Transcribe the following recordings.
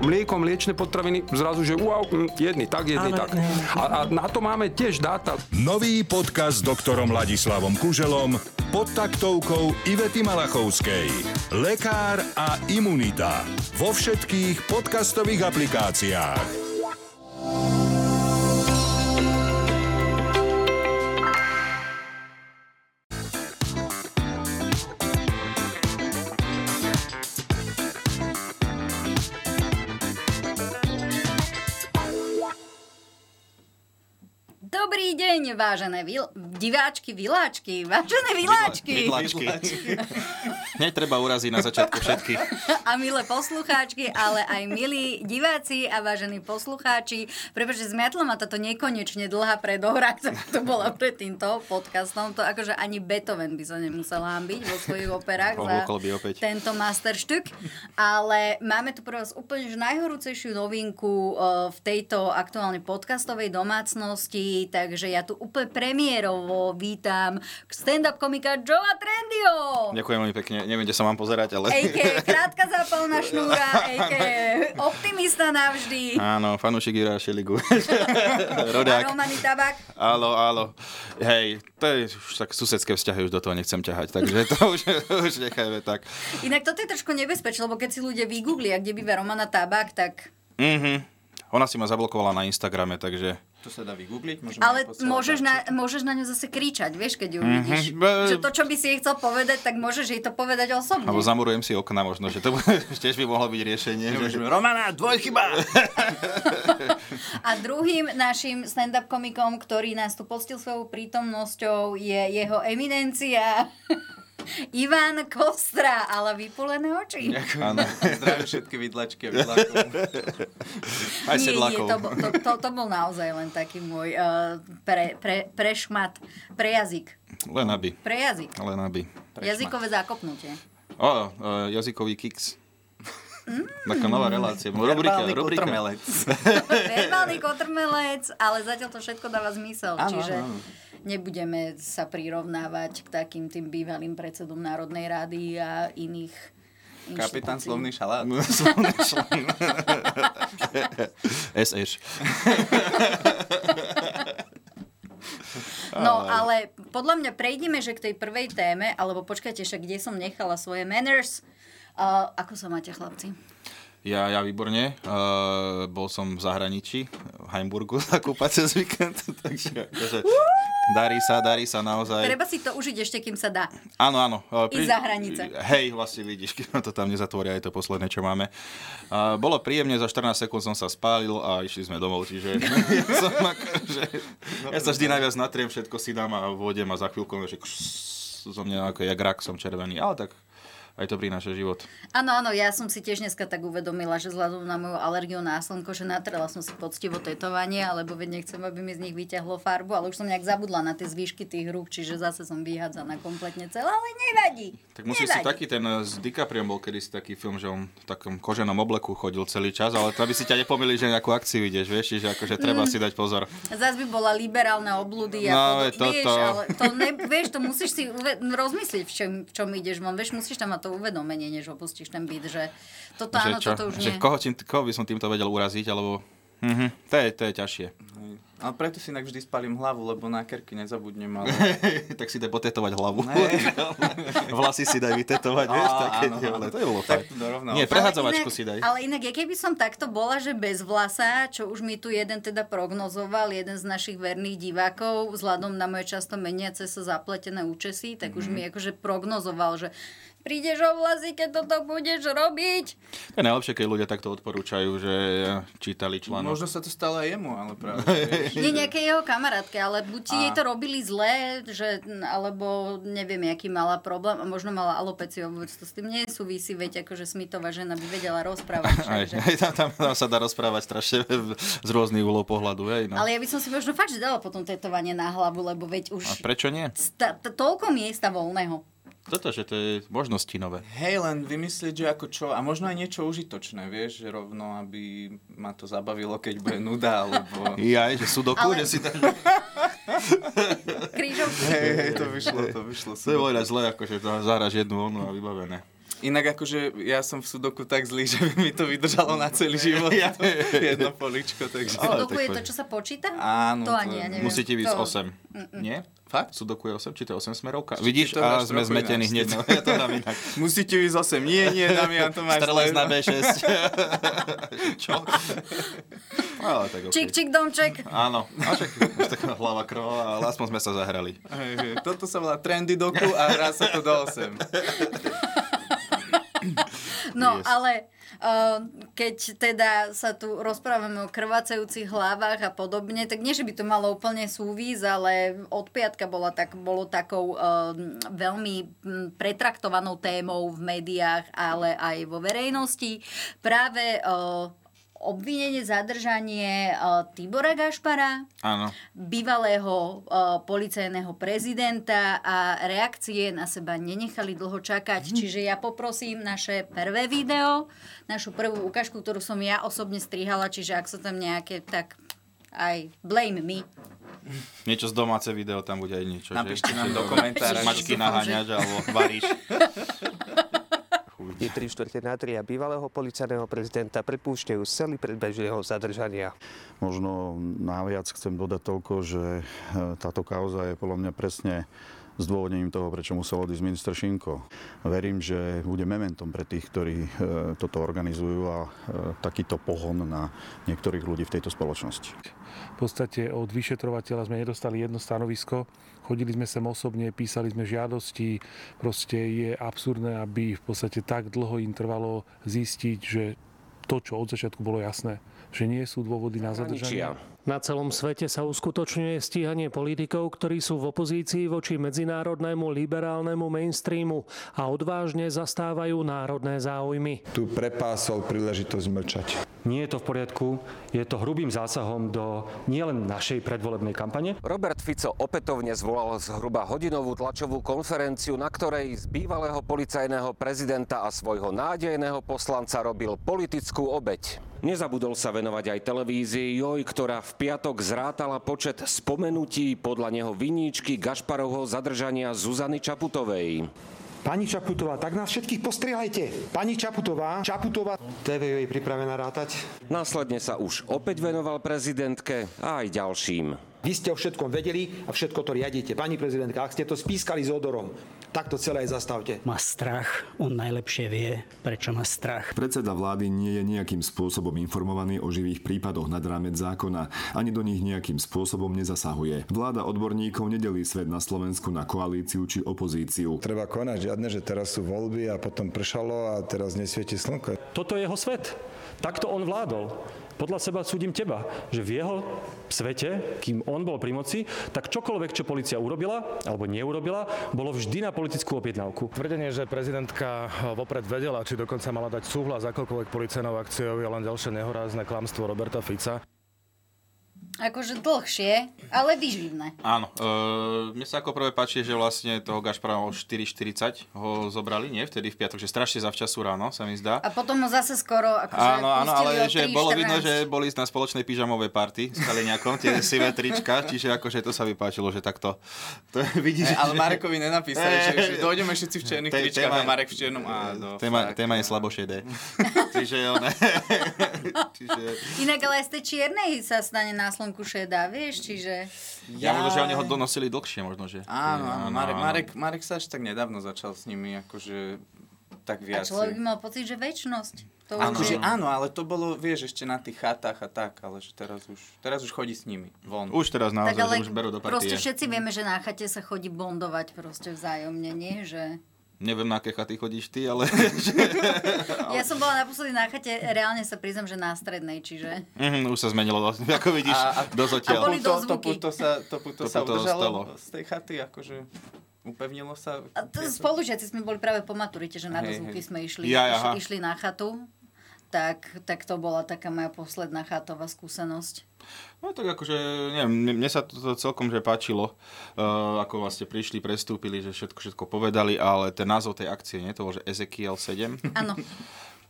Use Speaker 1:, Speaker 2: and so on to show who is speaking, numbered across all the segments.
Speaker 1: mlieko, mliečne potraviny, zrazu, že wow, mm, jedni tak, jedni
Speaker 2: Áno,
Speaker 1: tak.
Speaker 2: áno.
Speaker 1: A, a na to máme tiež dáta.
Speaker 3: Nový podcast s doktorom Ladislavom Kuželom pod taktovkou Ivety Malachovskej. Lekár a imunita. Vo všetkých podcastových aplikáciách.
Speaker 4: Dobrý deň, vážené vil- diváčky, viláčky, vážené viláčky
Speaker 5: Vidlačky. Netreba uraziť na začiatku všetkých.
Speaker 4: a milé poslucháčky, ale aj milí diváci a vážení poslucháči. Pretože zmiatla ma táto nekonečne dlhá predohra, ktorá to bola pred týmto podcastom. To akože ani Beethoven by sa nemusel hambiť vo svojich operách za
Speaker 5: Ohúkol by opäť.
Speaker 4: tento masterštük. Ale máme tu pre vás úplne že najhorúcejšiu novinku e, v tejto aktuálne podcastovej domácnosti. Takže ja tu úplne premiérovo vítam stand-up komika Joa Trendio.
Speaker 5: Ďakujem veľmi pekne. Neviem, kde sa mám pozerať, ale...
Speaker 4: A.k.a. krátka zápalná šnúra, a.k.a. optimista navždy.
Speaker 5: Áno, fanúšik Jura Šeligu.
Speaker 4: A
Speaker 5: Rodák.
Speaker 4: Romany Tabak.
Speaker 5: Áno, áno. Hej, to je už tak susedské vzťahy, už do toho nechcem ťahať, takže to už, už nechajme tak.
Speaker 4: Inak toto je trošku nebezpečné, lebo keď si ľudia vygooglia, kde býva Romana Tabak, tak...
Speaker 5: Mhm. Ona si ma zablokovala na Instagrame, takže...
Speaker 6: To sa dá vygoogliť? Môžeme
Speaker 4: Ale
Speaker 6: posielať
Speaker 4: môžeš
Speaker 6: dáta.
Speaker 4: na, môžeš na ňu zase kričať, vieš, keď ju vidíš.
Speaker 5: Mhm. Be-
Speaker 4: Že to, čo by si jej chcel povedať, tak môžeš jej to povedať osobne.
Speaker 5: Alebo zamurujem si okna možno, že to bude, tiež by mohlo byť riešenie. Že...
Speaker 6: Môžeme, Romana, dvojchyba!
Speaker 4: A druhým našim stand-up komikom, ktorý nás tu postil svojou prítomnosťou, je jeho eminencia Ivan Kostra, ale vypulené oči.
Speaker 5: Áno.
Speaker 6: Zdravím všetky vidlačky a vidlakov.
Speaker 5: Aj
Speaker 4: nie, nie,
Speaker 5: sedlákov.
Speaker 4: to, bol- to, to, to bol naozaj len taký môj uh, pre, pre, prešmat, pre jazyk,
Speaker 5: Len aby.
Speaker 4: pre jazyk,
Speaker 5: Len aby.
Speaker 4: jazykové zákopnutie.
Speaker 5: O, e, jazykový kiks. Taká nová relácia. Rubrika,
Speaker 6: Verbálny
Speaker 5: rubrika.
Speaker 6: kotrmelec.
Speaker 4: Verbálny kotrmelec, ale zatiaľ to všetko dáva zmysel,
Speaker 6: Áno,
Speaker 4: čiže
Speaker 6: áno.
Speaker 4: nebudeme sa prirovnávať k takým tým bývalým predsedom Národnej rady a iných
Speaker 6: Kapitán
Speaker 4: inštitúcií.
Speaker 6: slovný šalát.
Speaker 5: SH.
Speaker 4: No, ale podľa mňa prejdeme, že k tej prvej téme, alebo počkajte, však kde som nechala svoje manners. Uh, ako sa máte, chlapci?
Speaker 5: Ja, ja výborne. Uh, bol som v zahraničí, v Heimburgu zakúpať cez víkend. Takže, takže darí sa, darí sa naozaj.
Speaker 4: Treba si to užiť ešte, kým sa dá.
Speaker 5: Áno, áno. Uh,
Speaker 4: I za hranice.
Speaker 5: Hej, vlastne vidíš, kým to tam nezatvoria, je to posledné, čo máme. Uh, bolo príjemne, za 14 sekúnd som sa spálil a išli sme domov, čiže ja, som akože, ja sa vždy najviac natriem, všetko si dám a vôjdem a za chvíľku že kšš, zo mňa ako ja rak som červený, ale tak aj to prináša život.
Speaker 4: Áno, áno, ja som si tiež dneska tak uvedomila, že vzhľadom na moju alergiu na slnko, že natrela som si poctivo tetovanie, alebo veď nechcem, aby mi z nich vyťahlo farbu, ale už som nejak zabudla na tie zvýšky tých rúk, čiže zase som vyhádzaná kompletne celá, ale nevadí.
Speaker 5: Tak musíš si taký ten eh, s DiCapriom bol kedysi taký film, že on v takom koženom obleku chodil celý čas, ale to aby si ťa nepomýlili, že nejakú akciu ideš, vieš, že akože treba
Speaker 4: Mm.
Speaker 5: si dať pozor.
Speaker 4: Zas by bola liberálne oblúdy. No,
Speaker 5: No, veď
Speaker 4: ako, vieš,
Speaker 5: toto.
Speaker 4: ale to ne, vieš, to musíš si uve- rozmyslieť, v čom, v čom ideš von. Vieš, musíš tam mať to uvedomenie, než opustíš ten byt, že toto
Speaker 5: že
Speaker 4: áno,
Speaker 5: čo,
Speaker 4: toto už
Speaker 5: že
Speaker 4: nie.
Speaker 5: koho, tým, koho by som týmto vedel uraziť, alebo... Mhm, to, je, to je ťažšie.
Speaker 6: Ale preto si inak vždy spalím hlavu, lebo na kerky nezabudnem, ale...
Speaker 5: tak si daj potetovať hlavu.
Speaker 6: Ne.
Speaker 5: Vlasy si daj vytetovať, vieš,
Speaker 6: Á,
Speaker 5: také
Speaker 6: áno,
Speaker 5: dievle.
Speaker 6: áno.
Speaker 5: To je bolo
Speaker 6: Tak
Speaker 5: fajn.
Speaker 6: to dorovnal.
Speaker 5: Nie, prehadzovačku
Speaker 4: Ale
Speaker 5: si daj.
Speaker 4: inak- Ale inak, ja keby som takto bola, že bez vlasa, čo už mi tu jeden teda prognozoval, jeden z našich verných divákov, vzhľadom na moje často meniace sa zapletené účesy, tak už
Speaker 5: Mhm.
Speaker 4: mi akože prognozoval, že prídeš o vlasy, keď toto budeš robiť.
Speaker 5: To je najlepšie, keď ľudia takto odporúčajú, že čítali článok.
Speaker 6: Možno sa to stalo aj jemu, ale práve.
Speaker 4: Nie nejaké jeho kamarátke, ale buď ti jej to robili zle, že, alebo neviem, aký mala problém a možno mala alopeciu, vôbec to s tým nesúvisí, veď akože Smitová žena by vedela rozprávať. však,
Speaker 5: Aj,
Speaker 4: že-
Speaker 5: aj tam, tam, tam, sa dá rozprávať strašne z rôznych uhlov pohľadu. Hej, no.
Speaker 4: Ale ja by som si možno fakt, že dala potom tetovanie na hlavu, lebo veď už
Speaker 5: A prečo nie?
Speaker 4: sta- t- toľko miesta voľného.
Speaker 5: Toto, že to je možnosti nové.
Speaker 6: Hej, len vymyslieť, že ako čo, a možno aj niečo užitočné, vieš, že rovno, aby ma to zabavilo, keď bude nuda, alebo...
Speaker 5: Ja, že sudoku,
Speaker 4: Ale-
Speaker 5: že si tam...
Speaker 4: Krížovky.
Speaker 6: Hej, hej, to vyšlo, to vyšlo.
Speaker 5: To je veľa zle, akože to zahraš jednu onu a vybavené.
Speaker 6: Inak akože ja som v sudoku tak zlý, že by mi to vydržalo na celý život. to Jedno poličko, takže...
Speaker 5: Ale
Speaker 4: Sudoku
Speaker 5: tak
Speaker 4: je
Speaker 5: poď.
Speaker 4: to, čo sa počíta?
Speaker 6: Áno,
Speaker 4: to
Speaker 6: to-
Speaker 4: ani ja neviem.
Speaker 5: Musíte byť
Speaker 4: to...
Speaker 5: 8. Nie? Fakt? Sudoku je 8? Či to je 8 smerovka?
Speaker 6: to
Speaker 5: Vidíš, a
Speaker 6: máš
Speaker 5: sme
Speaker 6: trochu
Speaker 5: zmetení
Speaker 6: ináč.
Speaker 5: hneď. No, ja to dám inak.
Speaker 6: Musíte ísť 8. Nie, nie, Damian, to máš
Speaker 5: Strelec
Speaker 6: zle.
Speaker 5: na B6. Čo? Ale tak okay.
Speaker 4: Čik, čik, domček.
Speaker 5: Áno, a však už taká hlava krvavá, ale aspoň sme sa zahrali.
Speaker 6: Hej, hej, Toto sa volá trendy doku a hrá sa to do 8.
Speaker 4: No,
Speaker 5: Yes.
Speaker 4: ale uh, keď teda sa tu rozprávame o krvácajúcich hlavách a podobne, tak nie, že by to malo úplne súvis, ale od piatka bola tak, bolo takou uh, veľmi mm, pretraktovanou témou v médiách, ale aj vo verejnosti. Práve uh, obvinenie, zadržanie uh, Tibora Gašpara,
Speaker 5: Áno.
Speaker 4: bývalého uh, policajného prezidenta a reakcie na seba nenechali dlho čakať.
Speaker 5: Mhm.
Speaker 4: Čiže ja poprosím naše prvé video, našu prvú ukážku, ktorú som ja osobne strihala, čiže ak sú tam nejaké, tak aj blame me.
Speaker 5: Niečo z domáce video tam bude aj niečo. že?
Speaker 6: Napíšte nám do
Speaker 5: Dobre.
Speaker 6: komentára.
Speaker 5: Mačky
Speaker 4: Dúfam, že-
Speaker 5: naháňaš alebo varíš.
Speaker 2: Je 3 štvrte na 3 a bývalého policajného prezidenta prepúšťajú z celý predbežného zadržania.
Speaker 7: Možno naviac chcem dodať toľko, že e, táto kauza je podľa mňa presne zdôvodnením toho, prečo musel odísť minister Šinko. Verím, že bude mementom pre tých, ktorí e, toto organizujú a e, takýto pohon na niektorých ľudí v tejto spoločnosti.
Speaker 8: V podstate od vyšetrovateľa sme nedostali jedno stanovisko. Chodili sme sem osobne, písali sme žiadosti. Proste je absurdné, aby v podstate tak dlho im trvalo zistiť, že to, čo od začiatku bolo jasné, že nie sú dôvody na zadržanie.
Speaker 9: Na celom svete sa uskutočňuje stíhanie politikov, ktorí sú v opozícii voči medzinárodnému liberálnemu mainstreamu a odvážne zastávajú národné záujmy.
Speaker 10: tu prepásol príležitosť mlčať.
Speaker 9: Nie je to v poriadku, je to hrubým zásahom do nielen našej predvolebnej kampane,
Speaker 11: Robert Fico opätovne zvolal zhruba hodinovú tlačovú konferenciu, na ktorej z bývalého policajného prezidenta a svojho nádejného poslanca robil politickú obeď. Nezabudol sa venovať aj televízii Joj, ktorá v piatok zrátala počet spomenutí podľa neho viníčky Gašparovho zadržania Zuzany Čaputovej.
Speaker 10: Pani Čaputová, tak nás všetkých postriehajte. Pani Čaputová, Čaputová. TV je pripravená rátať.
Speaker 11: Následne sa už opäť venoval prezidentke a aj ďalším.
Speaker 10: Vy ste o všetkom vedeli a všetko to riadite. Pani prezidentka, ak ste to spískali s odorom, tak to celé aj zastavte.
Speaker 9: Má strach, on najlepšie vie, prečo má strach.
Speaker 12: Predseda vlády nie je nejakým spôsobom informovaný o živých prípadoch nad rámec zákona, ani do nich nejakým spôsobom nezasahuje. Vláda odborníkov nedelí svet na Slovensku na koalíciu či opozíciu.
Speaker 10: Treba konať žiadne, že teraz sú voľby a potom pršalo a teraz nesvieti slnko.
Speaker 9: Toto je jeho svet. Takto on vládol. Podľa seba súdim teba, že v jeho svete, kým on bol pri moci, tak čokoľvek, čo policia urobila alebo neurobila, bolo vždy na politickú objednávku.
Speaker 8: Tvrdenie, že prezidentka eh, vopred vedela, či dokonca mala dať súhlas akokoľvek policajnou akciou, je len ďalšie nehorázne klamstvo Roberta Fica.
Speaker 4: Akože dlhšie, ale výživné.
Speaker 5: Áno. Uh, mne sa ako prvé páči, že vlastne toho Gašpara o 4.40 ho zobrali, nie? Vtedy v piatok, že strašne zavčasu ráno, sa mi zdá.
Speaker 4: A potom ho zase skoro akože
Speaker 5: Áno, áno,
Speaker 4: pustili
Speaker 5: ale
Speaker 4: o
Speaker 5: že bolo vidno,
Speaker 4: 3.14.
Speaker 5: že boli na spoločnej pyžamovej party s Kaliňakom, tie sivé trička, čiže akože to sa vypáčilo, že takto. To je, vidíš,
Speaker 6: E, Ale
Speaker 5: že-
Speaker 6: Marekovi nenapísali, že, že
Speaker 5: Hej.
Speaker 6: dojdeme všetci v černých
Speaker 5: Té-
Speaker 6: tričkách
Speaker 5: téma
Speaker 6: a
Speaker 5: je-
Speaker 6: Marek v černom. Á, no,
Speaker 5: Téma,
Speaker 6: fakt.
Speaker 5: téma je slabošedé. Čiže one... Čiže...
Speaker 4: Inak ale aj z tej čiernej sa stane na slnku šedá, vieš, čiže...
Speaker 5: Ja, ja možno, že oni ho no,
Speaker 6: Jaj.
Speaker 5: donosili dlhšie, možno, že.
Speaker 6: Áno, áno, Marek, Marek, Marek sa až tak nedávno začal s nimi, akože tak
Speaker 4: A
Speaker 6: viac.
Speaker 4: človek by mal pocit, že väčnosť. To už
Speaker 6: Akože
Speaker 4: je-
Speaker 6: áno, ale to bolo, vieš, ešte na tých chatách a tak, ale že teraz už, teraz už chodí s nimi von.
Speaker 5: Už teraz naozaj,
Speaker 4: Tak ale
Speaker 5: že už berú do
Speaker 4: proste
Speaker 5: partie.
Speaker 4: všetci vieme, že na chate sa chodí bondovať proste vzájomne, nie? Že...
Speaker 5: Neviem, na aké chaty chodíš ty, ale... No.
Speaker 4: Ja som bola naposledy na chate, reálne sa priznam, že na strednej, čiže...
Speaker 5: Mhm, už sa zmenilo, dosť, ako vidíš,
Speaker 6: A- a-
Speaker 5: dosť odtiaľ.
Speaker 4: a boli-
Speaker 6: to, to,
Speaker 4: dozvuky.
Speaker 6: puto sa, to puto
Speaker 5: To
Speaker 6: sa
Speaker 5: puto
Speaker 6: udržalo
Speaker 5: ostalo.
Speaker 6: z tej chaty, akože upevnilo sa.
Speaker 4: A to, spolužiaci sme boli práve po maturite, že na
Speaker 6: Hej,
Speaker 4: dozvuky
Speaker 6: hej.
Speaker 4: sme išli,
Speaker 5: Jaj, aha.
Speaker 4: išli, išli na chatu. Tak, tak to bola taká moja posledná chatová skúsenosť.
Speaker 5: No tak akože, neviem, mne- mne sa to to celkom že páčilo, eh, ako vlastne prišli, prestúpili, že všetko, všetko povedali, ale ten názov tej akcie, nie? To bol, že Ezekiel 7.
Speaker 4: Áno,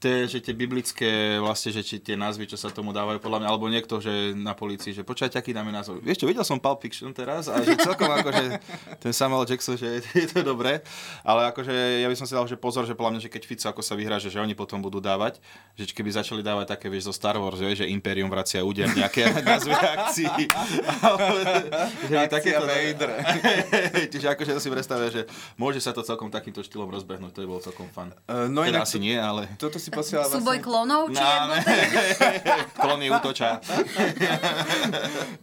Speaker 5: tie, že tie biblické, vlastne, že či tie názvy, čo sa tomu dávajú, podľa mňa, alebo niekto, že na polícii, že počkajte, aký dáme názov. Vieš čo, videl som Pulp Fiction teraz a že celkom akože ten Samuel Jackson, že je to dobré, ale akože ja by som si dal, že pozor, že podľa mňa, že keď Fico ako sa vyhráže, že oni potom budú dávať, že keby začali dávať také, vieš, zo Star Wars, vieš, že Imperium vracia úder, nejaké názvy akcií. že by
Speaker 6: Akcia Vader.
Speaker 5: Čiže akože to si predstavuje, že môže sa to celkom takýmto štýlom rozbehnúť, to je bolo celkom fun.
Speaker 6: Eh, no
Speaker 5: No teda
Speaker 6: inak
Speaker 5: asi
Speaker 6: to-
Speaker 5: nie, ale
Speaker 6: Toto si posiela vlastne...
Speaker 4: Súboj klonov, či
Speaker 5: No,
Speaker 4: jedno?
Speaker 5: klony útoča.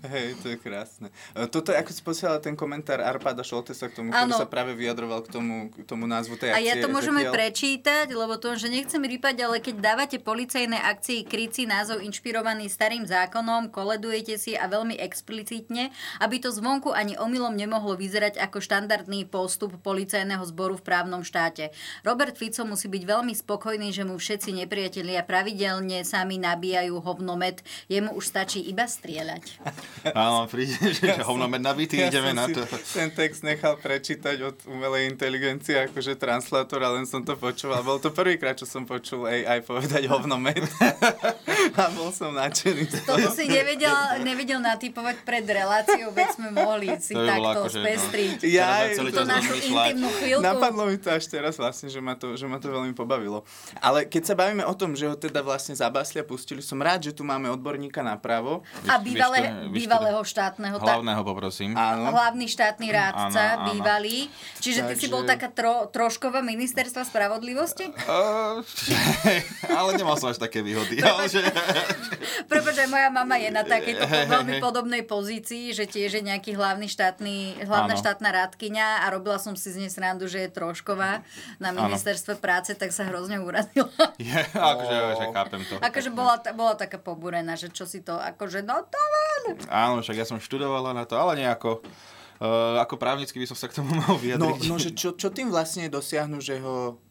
Speaker 6: Hej, to je krásne. E, Toto je, ako si posielal ten komentár Arpada Šoltesa k tomu, ktorý
Speaker 4: Áno.
Speaker 6: sa práve vyjadroval k tomu, k tomu názvu tej
Speaker 4: A
Speaker 6: akcie.
Speaker 4: ja to môžem aj
Speaker 6: Ezekiel.
Speaker 4: prečítať, lebo to, že nechcem rýpať, ale keď dávate policajnej akcii kryci názov inšpirovaný starým zákonom, koledujete si a veľmi explicitne, aby to zvonku ani omylom nemohlo vyzerať ako štandardný postup policajného zboru v právnom štáte. Robert Fico musí byť veľmi spokojný, že mu všetci nepriatelia pravidelne sami nabíjajú hovnomet. Jemu už stačí iba strieľať.
Speaker 5: Áno, príde, že
Speaker 6: Ja som-
Speaker 5: hovnomed nabitý,
Speaker 6: ja
Speaker 5: ideme
Speaker 6: som
Speaker 5: na
Speaker 6: si
Speaker 5: to.
Speaker 6: ten text nechal prečítať od umelej inteligencie, akože translátora, len som to počúval. Bol to prvýkrát, čo som počul AI povedať hovnomet. A bol som nadšený. z toho.
Speaker 4: Toto si nevedel, nevedel natypovať pred reláciou, veď sme mohli si
Speaker 6: To by bolo
Speaker 4: takto
Speaker 6: akože, no.
Speaker 4: spestriť.
Speaker 6: Jaj,
Speaker 4: tú našu intimnú chvíľku.
Speaker 6: Napadlo mi to až teraz vlastne, že ma, to, že ma to veľmi pobavilo. Ale keď sa bavíme o tom, že ho teda vlastne zabasli a pustili, som rád, že tu máme odborníka na právo.
Speaker 4: A bývalé, bývalého štátneho, tá,
Speaker 5: poprosím.
Speaker 6: Áno.
Speaker 4: hlavný štátny rádca,
Speaker 5: Áno, áno.
Speaker 4: bývalý. Čiže ty si
Speaker 5: Takže-
Speaker 4: bol taká tro, trošková ministerstva spravodlivosti?
Speaker 5: Uh, ale nemal som až také výhody. Ale že...
Speaker 4: Pretože moja mama je na takejto
Speaker 5: Hej, hej,
Speaker 4: veľmi
Speaker 5: hej.
Speaker 4: podobnej pozícii, že tiež je nejaký hlavný štátny, hlavná
Speaker 5: Áno.
Speaker 4: štátna rádkyňa a robila som si z nej srandu, že je trošková na
Speaker 5: Áno.
Speaker 4: ministerstve práce, tak sa hrozne urazila.
Speaker 5: Je, akože, že chápem to.
Speaker 4: Akože bola, ta- bola taká pobúrená, že čo si to, akože no to len.
Speaker 5: Áno, však ja som študovala na to, ale nejako... Uh, ako právnicky by som sa k tomu mal
Speaker 6: No,
Speaker 5: vyjadriť.
Speaker 6: no že čo, čo tým vlastne dosiahnu, že ho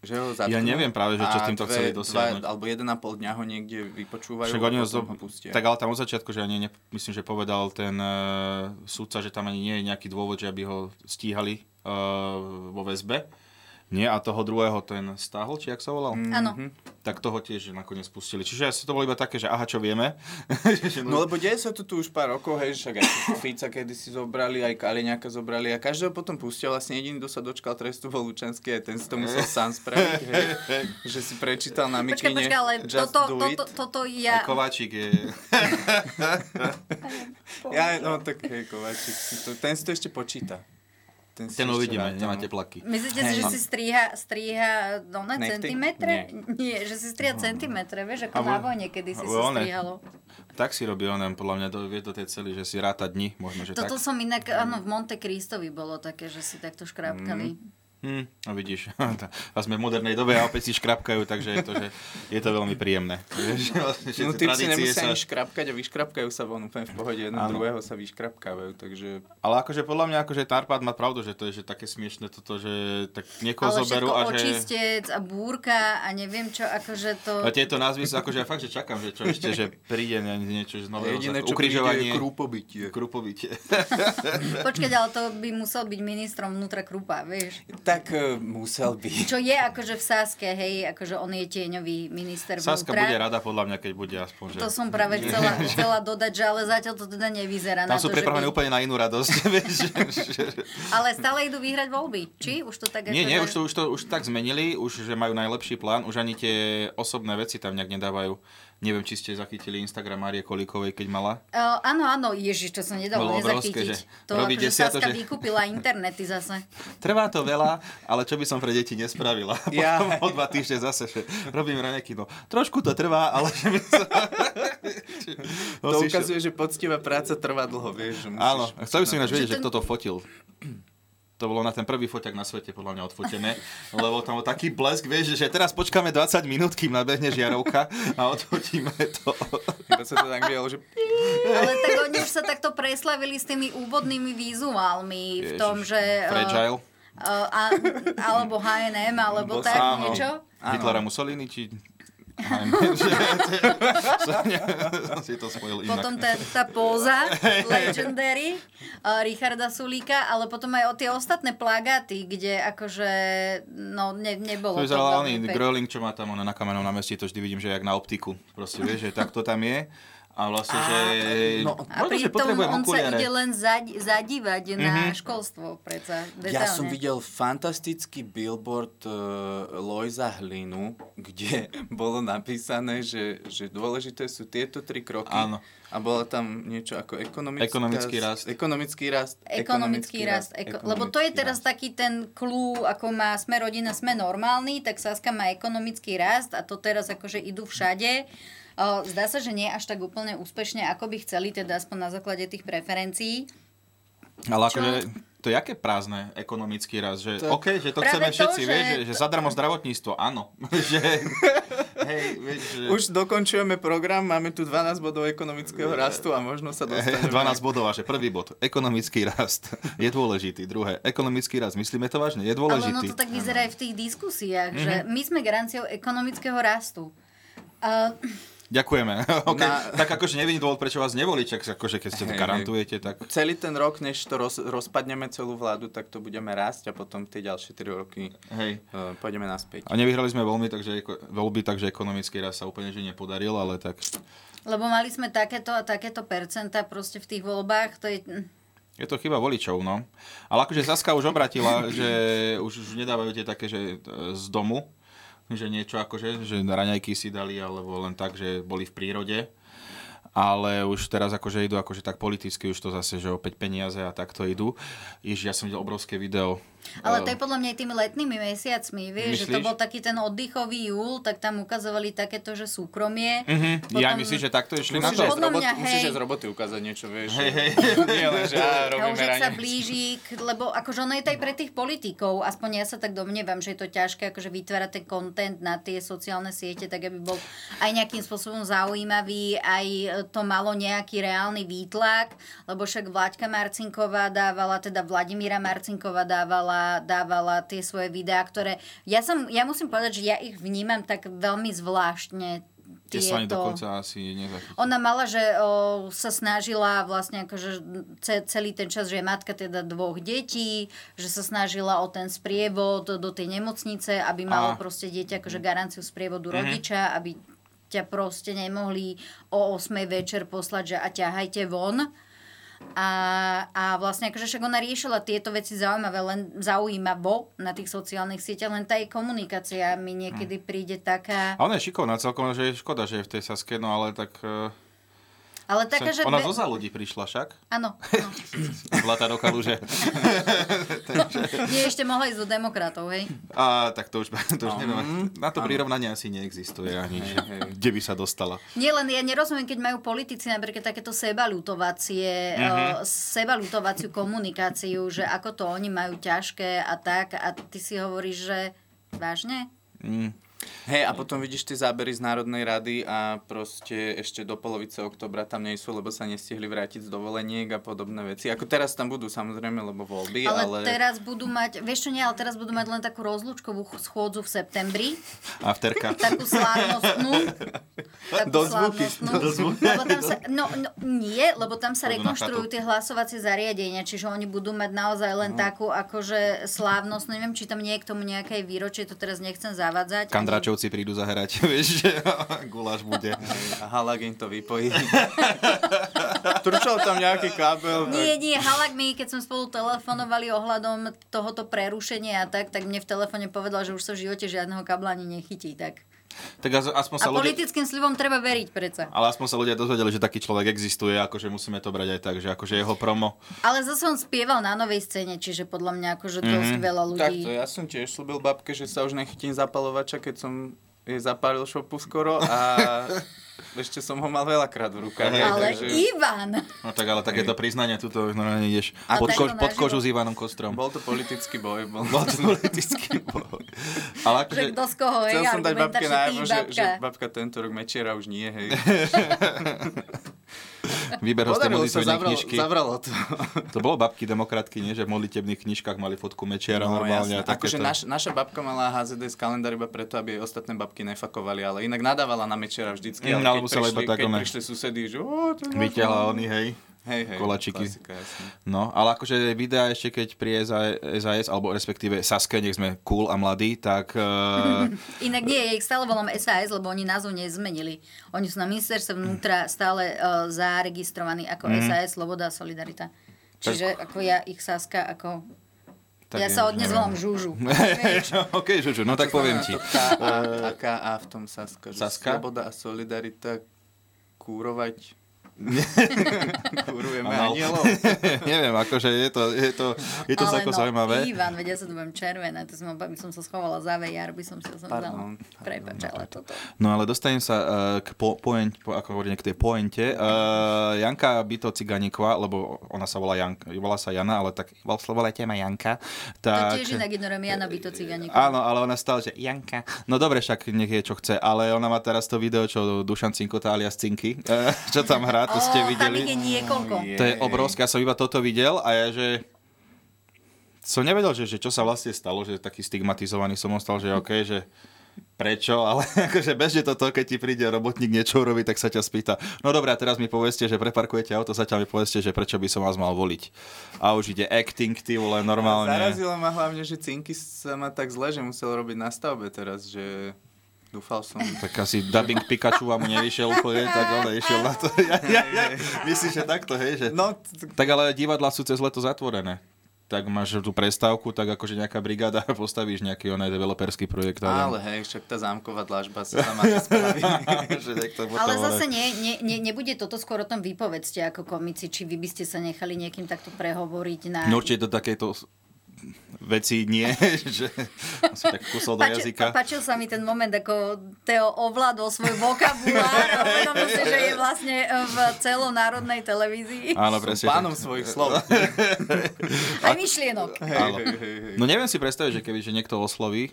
Speaker 6: že ho zatknú
Speaker 5: Ja neviem práve, že čo
Speaker 6: a
Speaker 5: s týmto
Speaker 6: dve-
Speaker 5: chceli
Speaker 6: dva-
Speaker 5: dosiahnuť.
Speaker 6: Alebo 1,5 dňa ho niekde vypočúvajú
Speaker 5: Však oni
Speaker 6: a
Speaker 5: ho
Speaker 6: potom
Speaker 5: zo...
Speaker 6: ho pustia.
Speaker 5: Tak ale tam od začiatku, že ani ne... myslím, že povedal ten uh, sudca, že tam ani nie je nejaký dôvod, že aby ho stíhali uh, vo väzbe. Nie, a toho druhého ten stáhl, či jak sa volal?
Speaker 6: Mm.
Speaker 4: Áno.
Speaker 5: Mhm. Tak toho tiež nakoniec pustili. Čiže asi to bolo iba také, že aha, čo vieme. Že
Speaker 6: No lebo deje sa to tu už pár rokov, hej, však aj Fica kedy si zobrali, aj Kaliňáka zobrali a každého potom pustia. Vlastne jediný, kto sa dočkal trestu, bol Lučanský, aj ten si to musel sám spraviť, hej, že si prečítal na
Speaker 4: Počkaj,
Speaker 6: mikine
Speaker 4: počkaj, ale
Speaker 6: Just
Speaker 4: toto,
Speaker 6: do it.
Speaker 4: toto, toto ja...
Speaker 5: Aj Kováčik je...
Speaker 6: Ja, no tak hej, Kovačík, si to, ten si to ešte počíta. si ešte
Speaker 5: Ten uvidíme,
Speaker 6: ráta,
Speaker 5: nemáte
Speaker 6: no.
Speaker 5: plaky.
Speaker 4: Myslíte si, že si stríha, stríha no, ne,
Speaker 5: Nechty?
Speaker 4: centimetre? Nie. že si stríha centimetre, vieš, ako
Speaker 5: Alebo-
Speaker 4: na vojne, kedy si
Speaker 5: alebo
Speaker 4: sa
Speaker 5: one.
Speaker 4: stríhalo.
Speaker 5: Tak si robí onem, podľa mňa, do, vie do tej cely, že si ráta dni, možno, že
Speaker 4: Toto
Speaker 5: tak.
Speaker 4: som inak, áno, v Monte Cristovi bolo také, že si takto škrápkali.
Speaker 5: Hm, no vidíš, a sme v modernej dobe a opäť si škrapkajú, takže je to, že je to veľmi príjemné. Vieš, vlastne
Speaker 6: No
Speaker 5: všetci
Speaker 6: ty si
Speaker 5: tradície
Speaker 6: nemusia ani
Speaker 5: sa-
Speaker 6: škrapkať a vyškrapkajú sa von úplne v pohode, jeden
Speaker 5: Áno.
Speaker 6: druhého sa vyškrapkávajú, takže...
Speaker 5: Ale akože podľa mňa, akože Tarpát má pravdu, že to je že také smiešne toto, že tak niekoho
Speaker 4: Ale všetko
Speaker 5: zoberú a že...
Speaker 4: očistec a búrka a neviem čo, akože to...
Speaker 5: A tieto názvy sa akože ja fakt, že čakám, že čo ešte, že príde ne- niečo z nového.
Speaker 6: Jediné, čo
Speaker 5: zákona.
Speaker 6: príde, je
Speaker 5: Ukrižovanie.
Speaker 6: krupobytie.
Speaker 5: Krupobytie.
Speaker 4: Počkať, ale to by musel byť ministrom vnútra Krupa, vieš.
Speaker 6: Tak e, musel by.
Speaker 4: Čo je akože v Sáske, hej, akože on je tieňový minister
Speaker 5: Saska
Speaker 4: vnútra.
Speaker 5: bude rada podľa mňa, keď bude aspoň, že...
Speaker 4: To som práve chcela, chcela dodať, že ale zatiaľ to teda nevyzerá na
Speaker 5: Tam sú
Speaker 4: to, že
Speaker 5: pripravené
Speaker 4: by...
Speaker 5: úplne na inú radosť, vieš, že- že-
Speaker 4: Ale stále idú vyhrať voľby, či? Už to tak akože-
Speaker 5: Nie, nie, už to, už to už tak zmenili, už že majú najlepší plán, už ani tie osobné veci tam nejak nedávajú. Neviem, či ste zachytili Instagram Márie Kolíkovej, keď mala.
Speaker 4: Eh, áno, áno, ježiš, to som nedalo
Speaker 5: Bolo obrovské,
Speaker 4: nezachytiť.
Speaker 5: že
Speaker 4: To
Speaker 5: robí
Speaker 4: akože
Speaker 5: desiato,
Speaker 4: Saska
Speaker 5: že-
Speaker 4: vykúpila internety zase.
Speaker 5: Trvá to veľa, ale čo by som pre deti nespravila?
Speaker 6: Ja.
Speaker 5: Ja. Potom o dva týždne zase, že robím ranekino. Trošku to trvá, ale že by som...
Speaker 6: To ukazuje, že poctivá práca trvá dlho, vieš. Že musíš,
Speaker 5: Áno, chcel by som ináč
Speaker 6: Že
Speaker 5: vedieť, že
Speaker 6: ten-
Speaker 5: kto to fotil. To bolo na ten prvý foťak na svete, podľa mňa odfotené, lebo tam bol taký blesk, vieš, že teraz počkáme 20 minút, kým nabehne žiarovka a odfotíme to.
Speaker 6: Iba no, sa to tak vielo, že...
Speaker 4: Ale tak oni už sa takto preslavili s tými úvodnými vizuálmi v tom, že... eh,
Speaker 5: Fragile.
Speaker 4: eh, a, alebo H&M, alebo tak
Speaker 5: Áno.
Speaker 4: niečo.
Speaker 5: Hitlera Mussolini, či... Hoffenheim. Že som, ne, som si to spojil inak.
Speaker 4: Potom tá, tá póza Legendary uh, Richarda Sulíka, ale potom aj o tie ostatné plagáty, kde akože no ne, nebolo to
Speaker 5: To vyzeral
Speaker 4: veľmi
Speaker 5: Alan
Speaker 4: pekné.
Speaker 5: Gröling, čo má tam ono na kamenom na meste, to vždy vidím, že jak na optiku. Proste vieš, že tak to tam je. A vlastne, že...
Speaker 4: No, a
Speaker 5: možno, že
Speaker 4: pritom
Speaker 5: potrebujem
Speaker 4: on sa
Speaker 5: okuliare.
Speaker 4: ide len zadi- zadívať na
Speaker 6: Mhm.
Speaker 4: školstvo, predsa.
Speaker 6: Ja som
Speaker 4: detálne.
Speaker 6: videl fantastický billboard uh, Lojza Hlinu, kde bolo napísané, že, že dôležité sú tieto tri kroky.
Speaker 5: Áno.
Speaker 6: A bola tam niečo ako ekonomický,
Speaker 5: Ekonomický rast.
Speaker 6: Ekonomický rast.
Speaker 4: ekonomický rast. Eko- lebo to je teraz taký ten klú, ako má sme rodina, sme normálni, tak Saska má ekonomický rast a to teraz akože idú všade. O, Zdá sa, že nie až tak úplne úspešne, ako by chceli, teda aspoň na základe tých preferencií.
Speaker 5: Ale akože, to je aké prázdne ekonomický raz, že
Speaker 4: To-
Speaker 5: OK, že to
Speaker 4: Práve
Speaker 5: chceme
Speaker 4: to,
Speaker 5: všetci,
Speaker 4: že
Speaker 5: vieš, že,
Speaker 4: to-
Speaker 5: že zadarmo zdravotníctvo, áno. že, hej, vieš, že...
Speaker 6: Už dokončujeme program, máme tu 12 bodov ekonomického rastu a možno sa dostaneme.
Speaker 5: 12 bodov a že prvý bod, ekonomický rast je dôležitý. Druhé, ekonomický rast, myslíme to vážne,
Speaker 6: no
Speaker 5: je
Speaker 4: Ale ono
Speaker 5: dôležitý.
Speaker 4: to tak vyzerá aj v tých diskusiách, že
Speaker 5: Mhm.
Speaker 4: my sme garanciou ekonomického rastu. A
Speaker 5: Ďakujeme. okay. Tak akože nevidím dôvod, prečo vás nevolí, čak akože keď ste to
Speaker 6: Hej, hej.
Speaker 5: garantujete, tak...
Speaker 6: Celý ten rok, než to roz, rozpadneme celú vládu, tak to budeme rásť a potom tie ďalšie 3 roky
Speaker 5: Hej.
Speaker 6: Uh, pôjdeme naspäť.
Speaker 5: A nevyhrali sme voľby, takže, eko- voľby, takže ekonomický rast sa úplne že nepodaril, ale tak...
Speaker 4: lebo mali sme takéto a takéto percenta proste v tých voľbách, to je...
Speaker 5: Je to chyba voličov, no. Ale akože Saska už obratila, že už, už nedávajú tie také, že e, z domu, že niečo akože, že raňajky si dali, alebo len tak, že boli v prírode. Ale už teraz akože idú akože tak politicky, už to zase, že opäť peniaze a takto idú. Ježiš, ja som videl obrovské video.
Speaker 4: Ale to je
Speaker 5: e,
Speaker 4: podľa mňa aj tými letnými mesiacmi, vieš, že to
Speaker 5: Myslíš?
Speaker 4: bol taký ten oddychový júl, tak tam ukazovali takéto, že súkromie.
Speaker 5: Mhm, ja myslím, že takto išli na
Speaker 6: musíš
Speaker 5: to.
Speaker 6: aj z
Speaker 4: Podľa
Speaker 6: roboty,
Speaker 4: mňa,
Speaker 6: musíš
Speaker 4: hej.
Speaker 6: aj z roboty ukázať niečo, vieš.
Speaker 5: Hej, hej.
Speaker 6: Nie len, že á,
Speaker 4: A už
Speaker 6: robíme
Speaker 4: ak sa
Speaker 6: rane.
Speaker 4: blíži, k, lebo akože ono je to aj pre tých politikov, aspoň ja sa tak domnievam, že je to ťažké akože vytvárať ten kontent na tie sociálne siete, tak aby bol aj nejakým spôsobom zaujímavý, aj e, to malo nejaký reálny výtlak, lebo však Vláďka Marcinková dávala, teda Vladimíra Marcinková dávala, dávala tie svoje videá, ktoré, ja, som, ja musím povedať, že ja ich vnímam tak veľmi zvláštne.
Speaker 5: Tie sa ani
Speaker 4: tieto-
Speaker 5: dokonca asi nezachytili.
Speaker 4: ona mala, že o, sa snažila vlastne akože ce, celý ten čas, že je matka teda dvoch detí, že sa snažila o ten sprievod do tej nemocnice, aby
Speaker 13: Á.
Speaker 4: malo proste dieťa akože garanciu sprievodu
Speaker 13: Mhm.
Speaker 4: rodiča, aby ťa proste nemohli o 8 večer poslať, že a ťahajte von. A, a vlastne akože však ona riešila tieto veci zaujímavé, len zaujímavo na tých sociálnych sieťach, len tá jej komunikácia mi niekedy príde taká...
Speaker 5: Mhm. A ona je šikovná celkom, že je škoda, že je v tej Saske, no ale tak... e,
Speaker 4: Ale taká, že...
Speaker 5: sa, ona
Speaker 4: ve-
Speaker 5: zo za ľudí prišla však.
Speaker 4: Áno,
Speaker 5: Zlatá do kaluže.
Speaker 4: Nie, ešte mohla ísť do demokratov, hej?
Speaker 5: A tak to už, to už neviem. Na
Speaker 6: No.
Speaker 5: to
Speaker 6: Áno.
Speaker 5: prirovnanie asi neexistuje ani, že- kde by sa dostala.
Speaker 4: Nie, len ja nerozumiem, keď majú politici napríklad takéto sebalutovacie,
Speaker 5: Mhm.
Speaker 4: mm-hmm. sebalutovaciu komunikáciu, že ako to oni majú ťažké a tak a ty si hovoríš, že vážne?
Speaker 5: Mm.
Speaker 6: Hej, a potom vidíš tie zábery z Národnej rady a proste ešte do polovice oktobra tam nie sú, lebo sa nestihli vrátiť z dovoleniek a podobné veci. Ako teraz tam budú samozrejme, lebo voľby,
Speaker 4: Ale,
Speaker 6: ale...
Speaker 4: ale teraz budú mať, vieš čo nie, ale teraz budú mať len takú rozlúčkovú ch- schôdzu v septembri,
Speaker 5: Afterka.
Speaker 4: takú slávnostnú. Takú
Speaker 5: Do zvuky.
Speaker 4: slávnostnú.
Speaker 5: Do zvuky.
Speaker 4: Lebo tam sa, no, no, nie, lebo tam sa
Speaker 5: Pôjdu na
Speaker 4: rekonštruujú
Speaker 5: chatu.
Speaker 4: tie hlasovacie zariadenia, čiže oni budú mať naozaj len
Speaker 5: Mhm.
Speaker 4: takú akože slávnosť, neviem, či tam nie je k tomu nejaké výročie, to teraz nechcem zavádzať.
Speaker 5: Kandračovci prídu zahrať, vieš, že guláš bude.
Speaker 6: A Halagin to vypojí. Trčal tam nejaký kábel.
Speaker 4: Nie, nie, Halak mi, keď sme spolu telefonovali ohľadom tohoto prerušenia a tak, tak mne v telefóne povedal, že už sa v živote žiadneho kabla ani nechytí. Tak.
Speaker 5: Tak as- aspoň
Speaker 4: A
Speaker 5: sa ľudia...
Speaker 4: politickým slivom treba veriť predsa.
Speaker 5: Ale aspoň sa ľudia dozvedeli, že taký človek existuje, akože musíme to brať aj tak, že akože jeho promo.
Speaker 4: Ale zase on spieval na novej scéne, čiže podľa mňa akože
Speaker 5: Mhm.
Speaker 4: dosť veľa ľudí.
Speaker 6: Takto, ja som tiež slúbil babke, že sa už nechytím zapalovača, keď som jej zapálil šopu skoro a ešte som ho mal veľakrát v rukách. hej,
Speaker 4: Ale Ivan!
Speaker 5: No tak ale takéto priznanie, tuto už normálne ideš
Speaker 4: A
Speaker 5: pod,
Speaker 4: tak
Speaker 5: kož,
Speaker 4: to
Speaker 5: pod
Speaker 4: naživo.
Speaker 5: kožu s Ivanom Kostrom.
Speaker 6: Bol to politický boj. Bol,
Speaker 5: bol to politický boj. Ale akože...
Speaker 4: Že kto z koho je,
Speaker 6: Chcel som dať babke
Speaker 4: argumentačný
Speaker 6: najavo, že,
Speaker 4: babka.
Speaker 6: že babka tento rok mečiera už nie, hej.
Speaker 5: Výber ho z tej
Speaker 6: Podarilo sa,
Speaker 5: modlitevnej
Speaker 6: zavralo-
Speaker 5: knižky.
Speaker 6: zavralo to.
Speaker 5: To bolo babky demokratky, nie? Že v modlitebných knižkách mali fotku mečiara
Speaker 6: No,
Speaker 5: normálne.
Speaker 6: jasné.
Speaker 5: a takéto.
Speaker 6: Akože naš, naša babka mala HZDS kalendár iba preto, aby jej ostatné babky nefakovali, ale inak nadávala na mečera vždycky,
Speaker 5: Mm,
Speaker 6: ale
Speaker 5: alebo
Speaker 6: keď,
Speaker 5: sa
Speaker 6: prišli,
Speaker 5: lebo tak
Speaker 6: keď
Speaker 5: one-
Speaker 6: prišli susedy, že o, to je
Speaker 5: Vyťahla
Speaker 6: naša-
Speaker 5: oni, hej.
Speaker 6: Hej, hej,
Speaker 5: Kolačiky.
Speaker 6: klasika, jasné.
Speaker 5: No, ale akože videá ešte, keď pri SAS, alebo respektíve Saske, nech sme cool a mladí, tak eh,
Speaker 4: Inak nie, ja ich stále volám SAS, lebo oni názov nezmenili. Oni sú na ministerstve vnútra stále uh, zaregistrovaní ako
Speaker 5: Mm.
Speaker 4: SAS, Sloboda a Solidarita. Čiže ako ja ich Saska, ako...
Speaker 5: Tak
Speaker 4: ja
Speaker 5: je,
Speaker 4: sa od dnes
Speaker 5: neviem.
Speaker 4: volám Žužu.
Speaker 5: OK, Žužu, no tak poviem ti.
Speaker 6: Tá A, a, K a v tom Saska. že
Speaker 5: Saska?
Speaker 6: Sloboda a solidarita kúrovať. Kúrujeme
Speaker 5: Anal.
Speaker 6: anielov.
Speaker 5: Neviem, akože je to, je to, je to celkom zaujímavé.
Speaker 4: no, Ivan, vedia sa to budem červená, to som, by som sa schovala za VR, by som sa som
Speaker 5: Pardon,
Speaker 4: Prepač, ale toto.
Speaker 5: No ale dostanem sa eh, k po, poen, po, ako hovorím, k tej poente. Eh, Janka Bito Ciganíková, lebo ona sa volá, Jank, volá sa Jana, ale tak volá téma Janka.
Speaker 4: To
Speaker 5: Tak, E,
Speaker 4: tiež inak ignorujem, ja na byto ciganík.
Speaker 5: Áno, ale ona stále, že Janka. No dobre, však nech je, čo chce. Ale ona má teraz to video, čo Dušan Cinkota alias Cinky, eh, čo tam hrá, to ste
Speaker 4: Tam ich je
Speaker 5: videli.
Speaker 4: niekoľko.
Speaker 5: To je obrovské, ja som iba toto videl a ja, že som nevedel, že, že čo sa vlastne stalo, že taký stigmatizovaný som ostal, že OK, že prečo, ale akože bežne toto, keď ti príde robotník niečo urobiť, tak sa ťa spýta, no dobré, a teraz mi poveste, že preparkujete auto, zatiaľ mi poveste, že prečo by som vás mal voliť. A už ide acting, ty vole, normálne.
Speaker 6: Zarazilo ma hlavne, že cinky sa ma tak zle, že musel robiť na stavbe teraz, že dúfal som.
Speaker 5: Tak asi dubbing Pikachu vám nevyšiel úplne, tak ale išiel na to. Ja, ja, ja. Myslíš, že takto, hej? Že...
Speaker 6: No,
Speaker 5: Tak ale divadla sú cez leto zatvorené. Tak máš tú prestávku, tak akože nejaká brigáda a postavíš nejaký onaj developerský projekt.
Speaker 6: Ale hej, však tá zámková dlažba sa tam ani spraví.
Speaker 5: že niekto potom,
Speaker 4: Ale zase nie, nie, nie, nebude toto skôr o tom vypovedzte ako komici, či vy by ste sa nechali niekým takto prehovoriť na...
Speaker 5: No určite do takejto s- veci nie, že asi tak kusol do
Speaker 4: Páči-
Speaker 5: jazyka.
Speaker 4: Páčil sa mi ten moment, ako Teo ovládol svoj vokabulár a uvedomil si, že je vlastne v celonárodnej televízii.
Speaker 5: Áno,
Speaker 6: Som
Speaker 5: presne.
Speaker 6: pánom svojich slov.
Speaker 4: Aj myšlienok.
Speaker 5: Áno. No neviem si predstaviť, že keby že niekto osloví,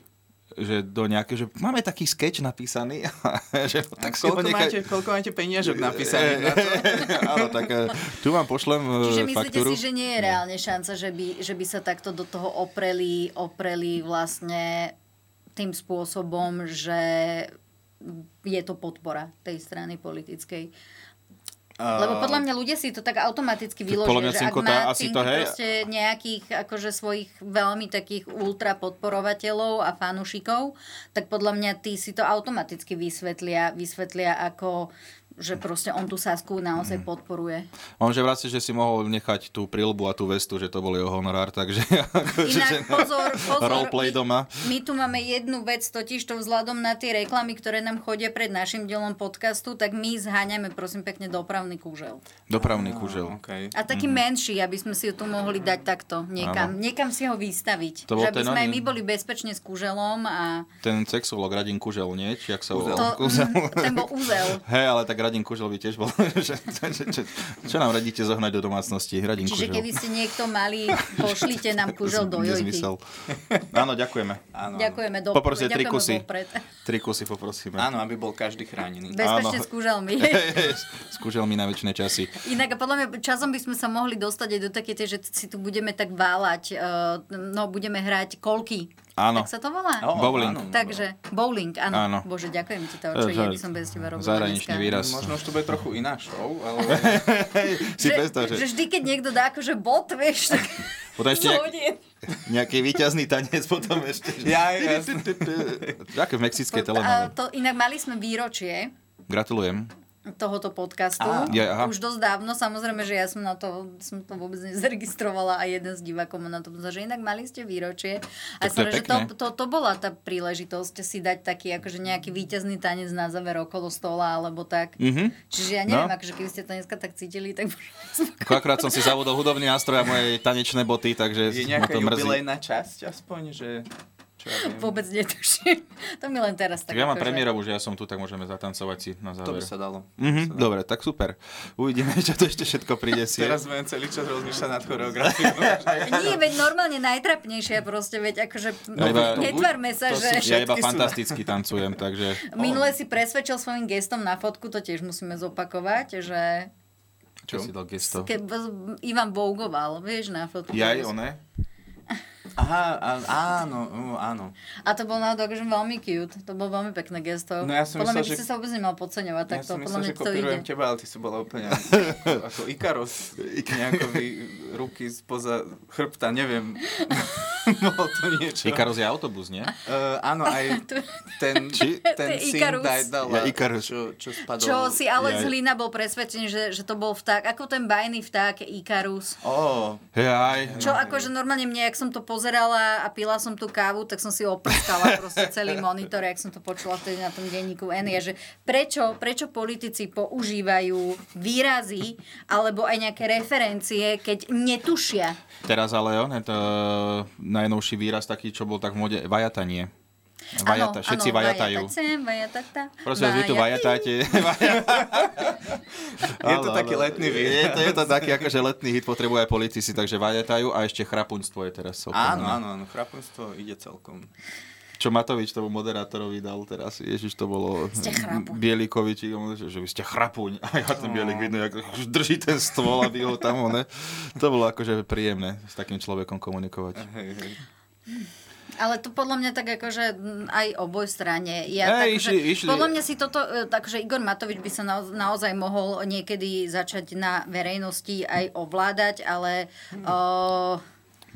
Speaker 5: že do nejakého, že máme taký sketch napísaný, že tak si ho
Speaker 6: koľko,
Speaker 5: nechaj...
Speaker 6: máte, koľko máte peniažok napísaných na to?
Speaker 5: Áno, tak eh, tu vám pošlem eh,
Speaker 4: Čiže myslíte
Speaker 5: faktúru.
Speaker 4: si, že nie je reálne šanca, že by, že by sa takto do toho opreli, opreli vlastne tým spôsobom, že je to podpora tej strany politickej. Lebo podľa mňa ľudia si to tak automaticky
Speaker 5: Tak
Speaker 4: vyložia,
Speaker 5: podľa mňa
Speaker 4: že ak
Speaker 5: Cinko tá-
Speaker 4: má
Speaker 5: asi
Speaker 4: Cinky
Speaker 5: to, hej.
Speaker 4: proste nejakých akože svojich veľmi takých ultra podporovateľov a fanúšikov, tak podľa mňa tí si to automaticky vysvetlia, vysvetlia ako že proste on tú Sasku naozaj
Speaker 5: Mm.
Speaker 4: podporuje.
Speaker 5: On že vraci, že si mohol nechať tú prilbu a tú vestu, že to bol jeho honorár, takže akože, no.
Speaker 4: Inak pozor, pozor,
Speaker 5: roleplay doma.
Speaker 4: My tu máme jednu vec, totiž to vzhľadom na tie reklamy, ktoré nám chodia pred našim dielom podcastu, tak my zháňame prosím pekne dopravný kúžel.
Speaker 5: Dopravný kužel.
Speaker 6: Ah,
Speaker 4: A taký mm. menší, aby sme si ho tu mohli dať takto niekam.
Speaker 5: Mhm. Áno.
Speaker 4: Niekam si ho vystaviť.
Speaker 5: To bol
Speaker 4: že aby
Speaker 5: ten
Speaker 4: sme aj
Speaker 5: oný.
Speaker 4: my boli bezpečne s kúželom a
Speaker 5: Ten sexolog Radin Kužel, nie? Či jak sa
Speaker 4: to,
Speaker 5: volal? Kužel.
Speaker 4: mm, ten bol úzel.
Speaker 5: Hej, ale tak Radin Kužel by tiež bol, že, že, že, čo nám radíte zohnať do domácnosti? Radin
Speaker 4: Čiže
Speaker 5: Kužel.
Speaker 4: keby ste niekto mali, pošlite nám kúžel do jojky.
Speaker 5: Nezmysel. Áno, ďakujeme. Áno.
Speaker 4: Ďakujeme do-
Speaker 5: Poprosím, tri
Speaker 4: ďakujeme
Speaker 5: kusy.
Speaker 4: vopred.
Speaker 5: Tri kusy poprosíme.
Speaker 6: Áno, aby bol každý chránený.
Speaker 4: Bezpečne s kúželmi.
Speaker 5: S kuželmi na väčšie časy.
Speaker 4: Inak a podľa mňa časom by sme sa mohli dostať aj do také tej, že si tu budeme tak váľať, e, no budeme hrať kolky.
Speaker 5: Áno.
Speaker 4: Tak sa to volá?
Speaker 5: Ó, Bowling.
Speaker 6: no,
Speaker 5: áno.
Speaker 4: Takže bowling, áno.
Speaker 5: Áno.
Speaker 4: Bože, ďakujem ti to, čo
Speaker 5: E,
Speaker 4: ja by
Speaker 5: že-
Speaker 4: som bez teba robila
Speaker 5: zahraničný
Speaker 4: dneska.
Speaker 5: výraz.
Speaker 6: no. Možno už to bude trochu iná show, ale...
Speaker 5: Si predstav,
Speaker 4: Že
Speaker 5: že
Speaker 4: vždy, keď niekto dá akože bot, vieš, tak
Speaker 5: potom ešte nejak,
Speaker 4: zhodí.
Speaker 5: nejaký výťazný tanec, potom ešte...
Speaker 6: Ja, jasné.
Speaker 5: Také v mexickej
Speaker 4: A
Speaker 5: telemáne.
Speaker 4: to, inak mali sme výročie
Speaker 5: Gratulujem.
Speaker 4: tohoto podcastu.
Speaker 5: Á. Ja, aha.
Speaker 4: Už dosť dávno, samozrejme, že ja som na to, som to vôbec nezaregistrovala a jeden z divákov ma na to pozor, že inak mali ste výročie. A
Speaker 5: Tak to
Speaker 4: som
Speaker 5: je
Speaker 4: rada, že to,
Speaker 5: pekné.
Speaker 4: to, to, bola tá príležitosť si dať taký akože nejaký víťazný tanec na záver okolo stola alebo tak.
Speaker 5: Mhm.
Speaker 4: Čiže ja neviem,
Speaker 5: No.
Speaker 4: akože keby ste to dneska tak cítili, tak
Speaker 5: Koľkokrát som si zavodol hudobný nástroj a moje tanečné boty, takže
Speaker 6: Je
Speaker 5: ma
Speaker 6: nejaká
Speaker 5: to mrzí.
Speaker 6: jubilejná časť aspoň, že... Čo ja viem.
Speaker 4: vôbec netuším. to mi len teraz
Speaker 5: Tak
Speaker 4: tak
Speaker 5: ja mám
Speaker 4: akože-
Speaker 5: premiérovú, že ja som tu, tak môžeme zatancovať si na
Speaker 6: To by
Speaker 5: záver.
Speaker 6: sa dalo.
Speaker 5: Mhm, dobre, tak super. Uvidíme, čo to ešte všetko príde si.
Speaker 6: Teraz budem celý čas rozmýšľať nad choreografiou.
Speaker 4: Nie, veď normálne najtrapnejšia proste, veď akože
Speaker 5: Ja iba-
Speaker 4: netvarme sa,
Speaker 6: to sú
Speaker 4: že...
Speaker 5: Ja
Speaker 6: Všetky
Speaker 5: iba
Speaker 6: sú-
Speaker 5: fantasticky tancujem, takže...
Speaker 4: Minule si presvedčil svojim gestom na fotku, to tiež musíme zopakovať, že
Speaker 5: Čo si dal gesto?
Speaker 4: Keď b- Ivan Bougoval, vieš, na fotku.
Speaker 5: Jaj, one?
Speaker 6: Aha, á- áno, ú, áno.
Speaker 4: A to bolo naozaj akože veľmi cute. To bolo veľmi pekné gesto.
Speaker 6: No ja som
Speaker 4: Podľa
Speaker 6: myslel,
Speaker 4: mňa by
Speaker 6: že-
Speaker 4: si sa vôbec nemal podceňovať
Speaker 6: Ja
Speaker 4: takto.
Speaker 6: som
Speaker 4: Podľa
Speaker 6: myslel,
Speaker 4: mňa
Speaker 6: že
Speaker 4: ti to ide.
Speaker 6: kopírujem teba, ale ty si bola úplne ako, ako Ikaros. Nejako vy, ruky spoza chrbta, neviem. Bolo to niečo.
Speaker 5: Ikaros je autobus, nie?
Speaker 6: Uh, áno, aj ten,
Speaker 5: Či-
Speaker 4: To je
Speaker 6: ten syn
Speaker 4: Ikarus.
Speaker 5: Ja,
Speaker 6: Dajdala,
Speaker 5: Ikarus.
Speaker 6: čo, čo spadol.
Speaker 4: Čo si Alex
Speaker 5: Jaj.
Speaker 4: Hlina bol presvedčený, že, že to bol vták, ako ten bajný vták Ikarus.
Speaker 6: Ó,
Speaker 5: Jaj.
Speaker 4: Čo akože normálne mne, ak som to pozerala a pila som tú kávu, tak som si oprskala proste celý monitor, ak som to počula vtedy na tom denníku N, je, že prečo, prečo politici používajú výrazy alebo aj nejaké referencie, keď netušia.
Speaker 5: Teraz ale on, to e, najnovší výraz taký, čo bol tak v mode, vajatanie. Vajata,
Speaker 4: Áno,
Speaker 5: všetci
Speaker 4: áno,
Speaker 5: vajatajú.
Speaker 4: vajatať sem, vajatata,
Speaker 5: Prosím vás, vy tu
Speaker 4: vajatí.
Speaker 5: vajatáte.
Speaker 6: Je to taký letný
Speaker 5: Je
Speaker 6: výraz.
Speaker 5: to, je to taký akože letný hit, potrebuje aj politici, takže vajatajú a ešte chrapunstvo je teraz.
Speaker 6: Áno,
Speaker 5: obľúbené.
Speaker 6: áno, áno, chrapunstvo ide celkom.
Speaker 5: Čo Matovič tomu moderátorovi dal teraz, ježiš, to bolo
Speaker 4: Ste No. chrapuň.
Speaker 5: Bielikovi, či on, že, že vy ste chrapuň. A ja ten Bielik vidno, ako drží ten stôl, aby ho tam, ne? To bolo akože príjemné s takým človekom komunikovať.
Speaker 6: Hej, hej.
Speaker 4: Ale to podľa mňa tak akože mm, aj oboj strane. Ja,
Speaker 5: Hej,
Speaker 4: Ej,
Speaker 5: išli- išli-
Speaker 4: Podľa mňa si toto, e, takže Igor Matovič by sa nao- naozaj mohol niekedy začať na verejnosti aj ovládať, ale o,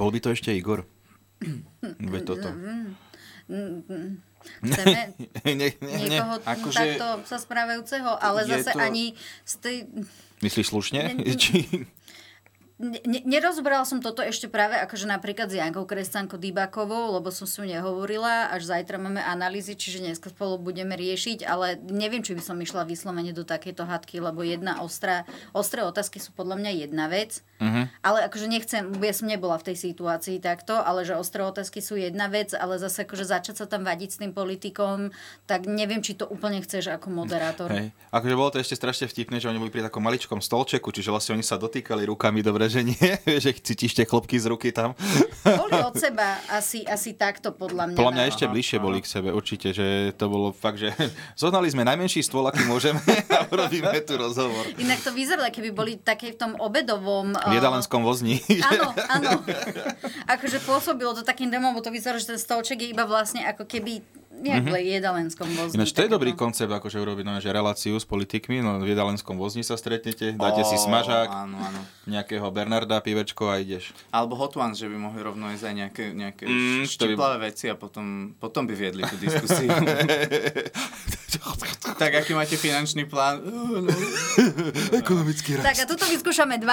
Speaker 5: Bol by to ešte Igor.
Speaker 4: Hm.
Speaker 5: Veď toto.
Speaker 4: chceme
Speaker 5: ne, ne, ne.
Speaker 4: Hm. niekoho
Speaker 6: Akože-
Speaker 4: takto sa správajúceho, ale
Speaker 6: Je
Speaker 4: zase
Speaker 6: to-
Speaker 4: ani z tej...
Speaker 5: Myslíš slušne?
Speaker 4: Ne-
Speaker 5: Či...
Speaker 4: Ne, ne- nerozberala som toto ešte práve akože napríklad s Jankou Kresťankou Dybakovou, lebo som si ju nehovorila, až zajtra máme analýzy, čiže dneska spolu budeme riešiť, ale neviem, či by som išla vyslovene do takéto hadky, lebo jedna ostrá, ostré otázky sú podľa mňa jedna vec,
Speaker 5: Mhm.
Speaker 4: ale akože nechcem, ja som nebola v tej situácii takto, ale že ostré otázky sú jedna vec, ale zase akože začať sa tam vadiť s tým politikom, tak neviem, či to úplne chceš ako moderátor.
Speaker 5: Hej. Akože bolo to ešte strašne vtipné, že oni boli pri takom maličkom stolčeku, čiže vlastne oni sa dotýkali rukami, dobre, že nie, že cítiš tie chlopky z ruky tam.
Speaker 4: Boli od seba asi, asi takto podľa mňa.
Speaker 5: Podľa mňa
Speaker 4: na-
Speaker 5: ešte bližšie boli k sebe, určite, že to bolo fakt, že zohnali sme najmenší stôl, aký môžeme a robíme tu rozhovor.
Speaker 4: Inak to vyzeralo, keby boli také v tom obedovom... eh,
Speaker 5: V jedalenskom vozni.
Speaker 4: Áno, áno. Akože pôsobilo to takým demom, bo to vyzerá, že ten stolček je iba vlastne ako keby nejak v jedalenskom vozni.
Speaker 5: Mhm. Ináč, to je
Speaker 4: takéto.
Speaker 5: dobrý koncept, akože urobiť no, že reláciu s politikmi, no v jedalenskom vozni sa stretnete, dáte si smažák,
Speaker 6: Áno, áno.
Speaker 5: nejakého Bernarda, pivečko a ideš.
Speaker 6: Alebo hot ones, že by mohli rovno ísť aj nejaké, nejaké
Speaker 5: Mm,
Speaker 6: mm,
Speaker 5: to by-
Speaker 6: štiplavé veci a potom, potom by viedli tú diskusiu. tak aký máte finančný plán? Uh, no.
Speaker 5: Ekonomický
Speaker 4: Tak a tuto vyskúšame 12.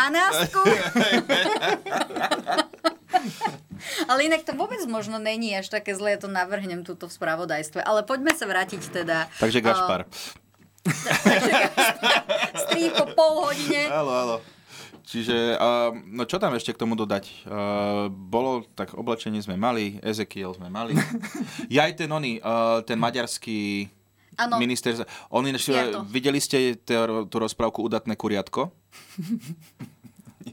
Speaker 4: Ale inak to vôbec možno není až také zlé, ja to navrhnem tuto v spravodajstve. Ale poďme sa vrátiť teda.
Speaker 5: Takže Gašpar.
Speaker 4: Strý po pol hodine.
Speaker 5: Áno, áno. Čiže, a, no čo tam ešte k tomu dodať? Uh, bolo, tak oblečenie sme mali, Ezekiel sme mali. ja aj ten oný, uh, ten maďarský
Speaker 4: Áno.
Speaker 5: minister, on ináč,
Speaker 4: Fiato.
Speaker 5: videli ste te- tú rozprávku Udatné kuriatko?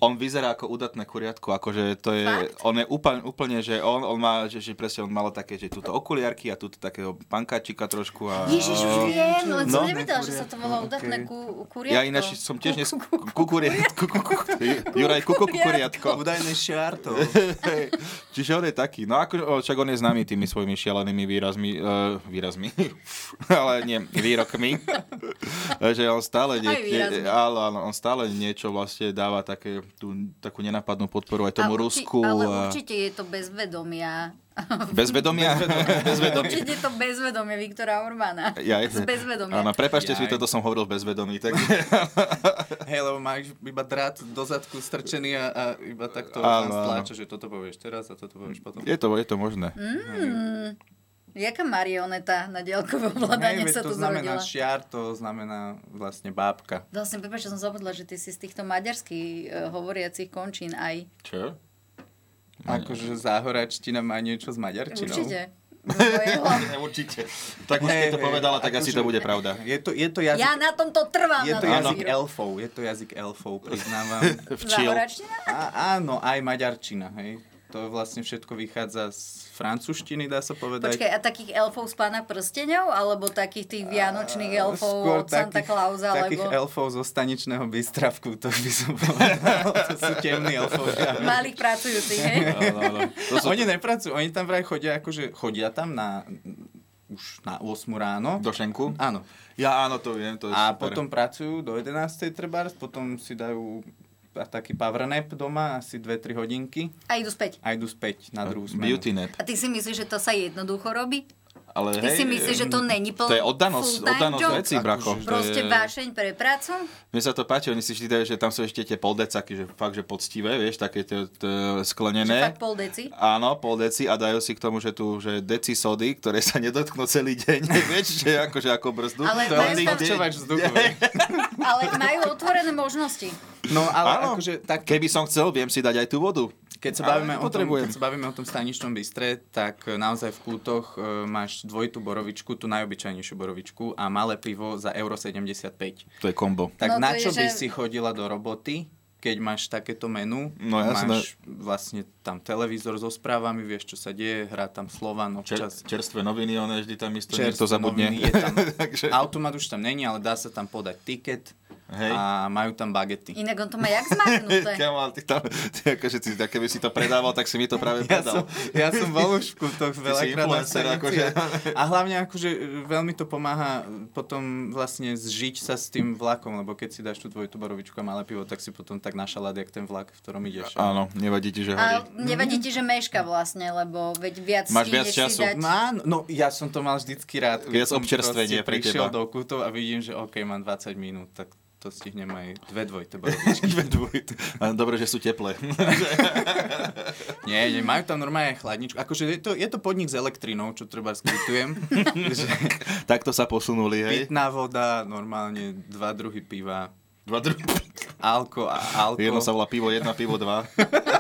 Speaker 5: On vyzerá ako udatné kuriatko, akože to je,
Speaker 4: Fakt?
Speaker 5: on je úplne, úplne že on, on má, že, že presne on mal také, že túto okuliarky a túto takého pankáčika trošku a...
Speaker 4: Ježiš, už viem, len som
Speaker 5: No.
Speaker 4: nevedela, že sa to volá udatné ku, kuriatko.
Speaker 5: Ja ináč som tiež dnes... Kukuriatko. Juraj, kuko kukuriatko.
Speaker 6: Údajné šiartov.
Speaker 5: Hej, Čiže on je taký. No ako, o, však on je známy tými svojimi šialenými výrazmi, uh, výrazmi, ale nie, výrokmi. že on stále, nie,
Speaker 4: Aj výrazmi.
Speaker 5: áno, áno, on stále niečo vlastne dáva také, tú, takú nenápadnú podporu aj
Speaker 4: A
Speaker 5: tomu
Speaker 4: urči-
Speaker 5: Rusku.
Speaker 4: Ale
Speaker 5: a-
Speaker 4: určite je to bezvedomia.
Speaker 5: Bez vedomia? Bez vedomia.
Speaker 4: Určite je to bezvedomie Viktora Orbána.
Speaker 5: Ja,
Speaker 4: Z bezvedomia.
Speaker 5: Áno, prepačte si,
Speaker 6: Jaj.
Speaker 5: toto som hovoril bezvedomý, tak
Speaker 6: Hej, lebo máš iba drát do zadku strčený a, a iba takto tam
Speaker 5: Áno, áno.
Speaker 6: stláča, že toto povieš teraz a toto povieš potom.
Speaker 5: je to, je to možné.
Speaker 4: Hm? Jaká marioneta na diaľkové
Speaker 6: Hej,
Speaker 4: ovládanie
Speaker 6: veď
Speaker 4: sa tu
Speaker 6: to znamená
Speaker 4: zrodila?
Speaker 6: šiar, to znamená vlastne bábka.
Speaker 4: Vlastne, prepáč, že som zabudla, že ty si z týchto maďarských e, hovoriacich končín aj.
Speaker 5: Čo?
Speaker 6: Akože záhoračtina má niečo s maďarčinou.
Speaker 4: Určite. Do mojej hlavy.
Speaker 5: Určite. Tak už keď to povedala, tak asi to bude pravda.
Speaker 6: Je to, je to jazyk,
Speaker 4: Ja na tomto trvám.
Speaker 6: je
Speaker 4: na
Speaker 6: to
Speaker 4: tom
Speaker 6: jazyk
Speaker 4: síru.
Speaker 6: elfov, je to jazyk elfov, priznávam.
Speaker 5: Včiel.
Speaker 4: Záhoračtina?
Speaker 6: A, áno, aj maďarčina, hej. To vlastne všetko vychádza z francúzštiny, dá sa povedať.
Speaker 4: Počkaj, a takých elfov z pána prsteňov? Alebo takých tých vianočných elfov
Speaker 6: Skôr
Speaker 4: od Santa Clausa?
Speaker 6: takých
Speaker 4: Alebo
Speaker 6: elfov zo staničného bystra v kútoch by som povedal. to sú temní elfovia.
Speaker 4: malých pracujúcich, hej?
Speaker 6: Áno, áno. Oni nepracujú, oni tam vraj chodia, akože chodia tam na už na 8 ráno.
Speaker 5: Do šenku?
Speaker 6: Áno.
Speaker 5: Ja áno, to viem, to je
Speaker 6: a
Speaker 5: super.
Speaker 6: potom pracujú do 11. trebárs, potom si dajú a taký power nap doma, asi 2-3 hodinky
Speaker 4: A idú späť.
Speaker 6: a idú späť na druhú smenu.
Speaker 5: Beauty nap.
Speaker 4: A ty si myslíš, že to sa jednoducho robí?
Speaker 5: Ale
Speaker 4: Ty
Speaker 5: hej, mm,
Speaker 4: si myslíš, že to není plný
Speaker 5: To je oddanosť, oddanosť veci, bracho. To
Speaker 4: Proste
Speaker 5: je-
Speaker 4: vášeň pre prácu?
Speaker 5: Mne sa to páči, oni si vždy dajú, že tam sú ešte tie poldecaky, že fakt, že poctivé, vieš, také tie, tie
Speaker 4: Že
Speaker 5: sklenené.
Speaker 4: fakt pol deci?
Speaker 5: Áno, pol deci a dajú si k tomu, že tu že deci sody, ktoré sa nedotknú celý deň, vieš, že akože ako brzdu.
Speaker 4: Ale
Speaker 5: To
Speaker 4: majú
Speaker 5: oni-
Speaker 4: tam-
Speaker 6: Čo máš vzduchové?
Speaker 4: Ale majú otvorené možnosti.
Speaker 6: No ale
Speaker 5: Áno.
Speaker 6: akože tak
Speaker 5: Keby som chcel, viem si dať aj tú vodu.
Speaker 6: Keď sa,
Speaker 5: Ale
Speaker 6: bavíme o tom,
Speaker 5: nepotrebujem.
Speaker 6: keď sa bavíme o tom staničnom bystre, tak e, naozaj v kútoch e, máš dvojitú borovičku, tú najobyčajnejšiu borovičku a malé pivo za euro 75.
Speaker 5: To je kombo.
Speaker 6: Tak
Speaker 4: No to
Speaker 6: na čo
Speaker 4: je,
Speaker 6: by
Speaker 4: že-
Speaker 6: si chodila do roboty, keď máš takéto menu?
Speaker 5: No jasné.
Speaker 6: máš vlastne tam televízor so správami, vieš, čo sa deje, hrá tam Slovan
Speaker 5: Čer,
Speaker 6: občas.
Speaker 5: čerstvé noviny, ono vždy tam isto
Speaker 6: čerstvé
Speaker 5: niekto zabudne.
Speaker 6: noviny, Je tam,
Speaker 5: Takže-
Speaker 6: automat už tam není, ale dá sa tam podať tiket
Speaker 5: Hej.
Speaker 6: a majú tam bagety.
Speaker 4: Inak on to má jak
Speaker 6: No,
Speaker 4: zmaknuté.
Speaker 5: Kamal, ty tam, ty akože ty, tak keby si to predával, tak si mi to práve
Speaker 6: Ja som,
Speaker 5: predal.
Speaker 6: ja som bol už v kútoch veľakrát na
Speaker 5: influencer,
Speaker 6: scéne.
Speaker 5: akože.
Speaker 6: A hlavne akože e, veľmi to pomáha potom vlastne zžiť sa s tým vlakom, lebo keď si dáš tú dvojitú borovičku a malé pivo, tak si potom tak našalad, jak ten vlak, v ktorom ideš.
Speaker 5: Áno, nevadí ti, že
Speaker 4: A
Speaker 5: horí.
Speaker 4: nevadí ti, že meška vlastne, lebo veď viac
Speaker 5: Máš viac
Speaker 4: stíneš si
Speaker 5: času.
Speaker 4: dať.
Speaker 6: Má, no ja som to mal vždycky rád. keď
Speaker 5: Viac
Speaker 6: som
Speaker 5: občerstvenie
Speaker 6: proste
Speaker 5: pre
Speaker 6: prišiel
Speaker 5: teba.
Speaker 6: do kútov a vidím, že OK, mám 20 minút, tak to stihnem aj dve dvojité borovičky.
Speaker 5: Dve dvojité. A Dobre, že sú teplé.
Speaker 6: Nie, nie, majú tam normálne aj chladničku. Akože je to, je to podnik s elektrinou, čo treba skrytujem.
Speaker 5: Takto sa posunuli, hej?
Speaker 6: Pitná voda, normálne dva druhy piva,
Speaker 5: Dva dru-
Speaker 6: alko a alko.
Speaker 5: Jedno sa volá pivo 1, pivo 2.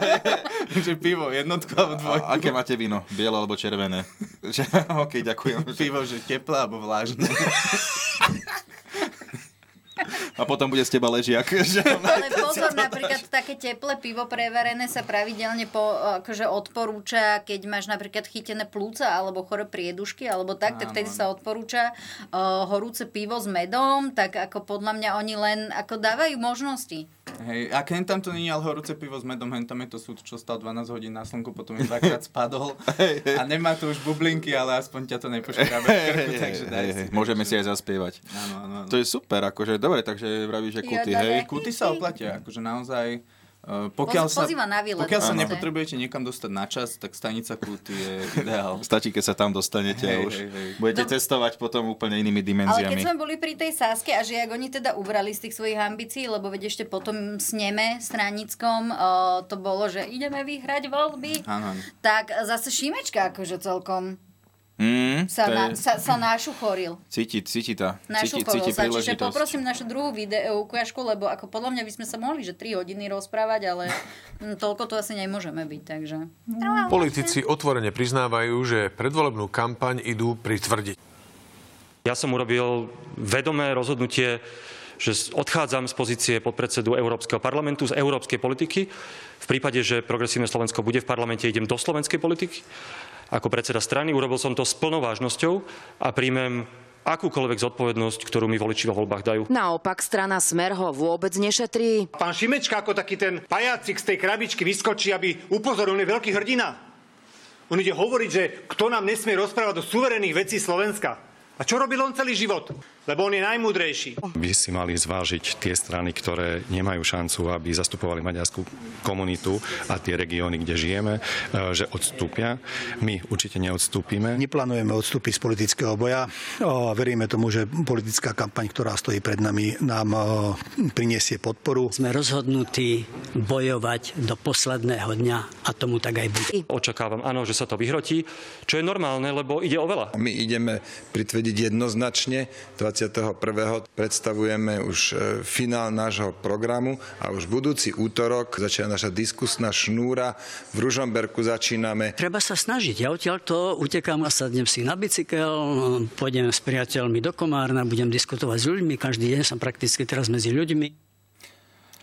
Speaker 6: že pivo, jednotku alebo dvojku.
Speaker 5: A aké máte víno? Biele alebo červené? Že- OK, ďakujem.
Speaker 6: Pivo, že teplé alebo vlážne.
Speaker 5: A potom bude z teba ležiak. že-
Speaker 4: Ale pozor, napríklad také teplé pivo prevarené sa pravidelne po, akože odporúča, keď máš napríklad chytené plúca alebo chore priedušky alebo tak, tak vtedy sa odporúča uh, horúce pivo s medom, tak ako podľa mňa oni len ako dávajú možnosti.
Speaker 6: Hej, a keď tam to není ale horúce pivo s medom, hen tam je to súd, čo stal 12 hodín na slnku, potom je dvakrát spadol. A nemá to už bublinky, ale aspoň ťa to nepoškrábe v krku, takže daj
Speaker 5: Hej,
Speaker 6: si.
Speaker 5: hej, Môžeme si aj zaspievať.
Speaker 6: Áno, áno, áno.
Speaker 5: To je super, akože, dobre, takže vravíš, že
Speaker 4: Ja
Speaker 5: kuty,
Speaker 4: dám
Speaker 5: hej.
Speaker 4: aj-
Speaker 6: Kuty sa oplatia, akože naozaj... e, Pokiaľ,
Speaker 4: Poz-
Speaker 6: sa,
Speaker 4: pozýva na výlet
Speaker 6: pokiaľ sa
Speaker 4: proste.
Speaker 6: nepotrebujete niekam dostať na čas, tak stanica Kuty je ideál.
Speaker 5: Stačí, keď sa tam dostanete a
Speaker 6: Hej,
Speaker 5: už
Speaker 6: hej, hej.
Speaker 5: budete
Speaker 4: Dob-
Speaker 5: cestovať potom úplne
Speaker 4: Ale
Speaker 5: inými
Speaker 4: keď
Speaker 5: dimenziami.
Speaker 4: sme boli pri tej Saske a že jak oni teda ubrali z tých svojich ambícií, lebo veď ešte potom sneme stranickom, uh, to bolo, že ideme vyhrať voľby,
Speaker 6: Áno, áno.
Speaker 4: tak zase Šimečka akože celkom
Speaker 5: Mm,
Speaker 4: sa,
Speaker 5: to je-
Speaker 4: na, sa, sa našuchoril.
Speaker 5: Cíti, cíti tá. Cíti,
Speaker 4: Našuchoril
Speaker 5: cíti
Speaker 4: sa, čiže
Speaker 5: príležitosť.
Speaker 4: poprosím našu druhú video ukážku, lebo ako podľa mňa by sme sa mohli, že 3 hodiny rozprávať, ale mm, toľko to asi nemôžeme byť, takže...
Speaker 13: Politici otvorene priznávajú, že predvolebnú kampaň idú pritvrdiť.
Speaker 9: Ja som urobil vedomé rozhodnutie, že s- odchádzam z pozície podpredsedu Európskeho parlamentu, z európskej politiky. V prípade, že progresívne Slovensko bude v parlamente, idem do slovenskej politiky. Ako predseda strany urobil som to s plnou vážnosťou a príjmem akúkoľvek zodpovednosť, ktorú mi voliči vo voľbách dajú.
Speaker 14: Naopak strana Smer ho vôbec nešetrí.
Speaker 15: Pán Šimečka ako taký ten pajácik z tej krabičky vyskočí, aby upozoril, on je veľký hrdina. On ide hovoriť, že kto nám nesmie rozprávať o suverénnych vecí Slovenska. A čo robil on celý život? Lebo on je najmúdrejší.
Speaker 16: by si mali zvážiť tie strany, ktoré nemajú šancu, aby zastupovali maďarskú komunitu a tie regióny, kde žijeme, e, že odstúpia. My určite neodstúpime.
Speaker 17: Neplánujeme odstúpiť z politického boja. O, Veríme tomu, že politická kampaň, ktorá stojí pred nami, nám o, prinesie podporu.
Speaker 18: Sme rozhodnutí bojovať do posledného dňa a tomu tak aj bude.
Speaker 9: Očakávam, áno, že sa to vyhrotí, čo je normálne, lebo ide o veľa.
Speaker 19: My ideme pritvrdiť jednoznačne. 21. predstavujeme už e, finál nášho programu a už budúci útorok začína naša diskusná šnúra. V Ružomberku začíname.
Speaker 18: Treba sa snažiť. Ja odtiaľto utekám a sadnem si na
Speaker 11: eh,
Speaker 18: bicykel, pôjdem s priateľmi do Komárna, budem diskutovať s ľuďmi, každý deň som prakticky teraz medzi ľuďmi.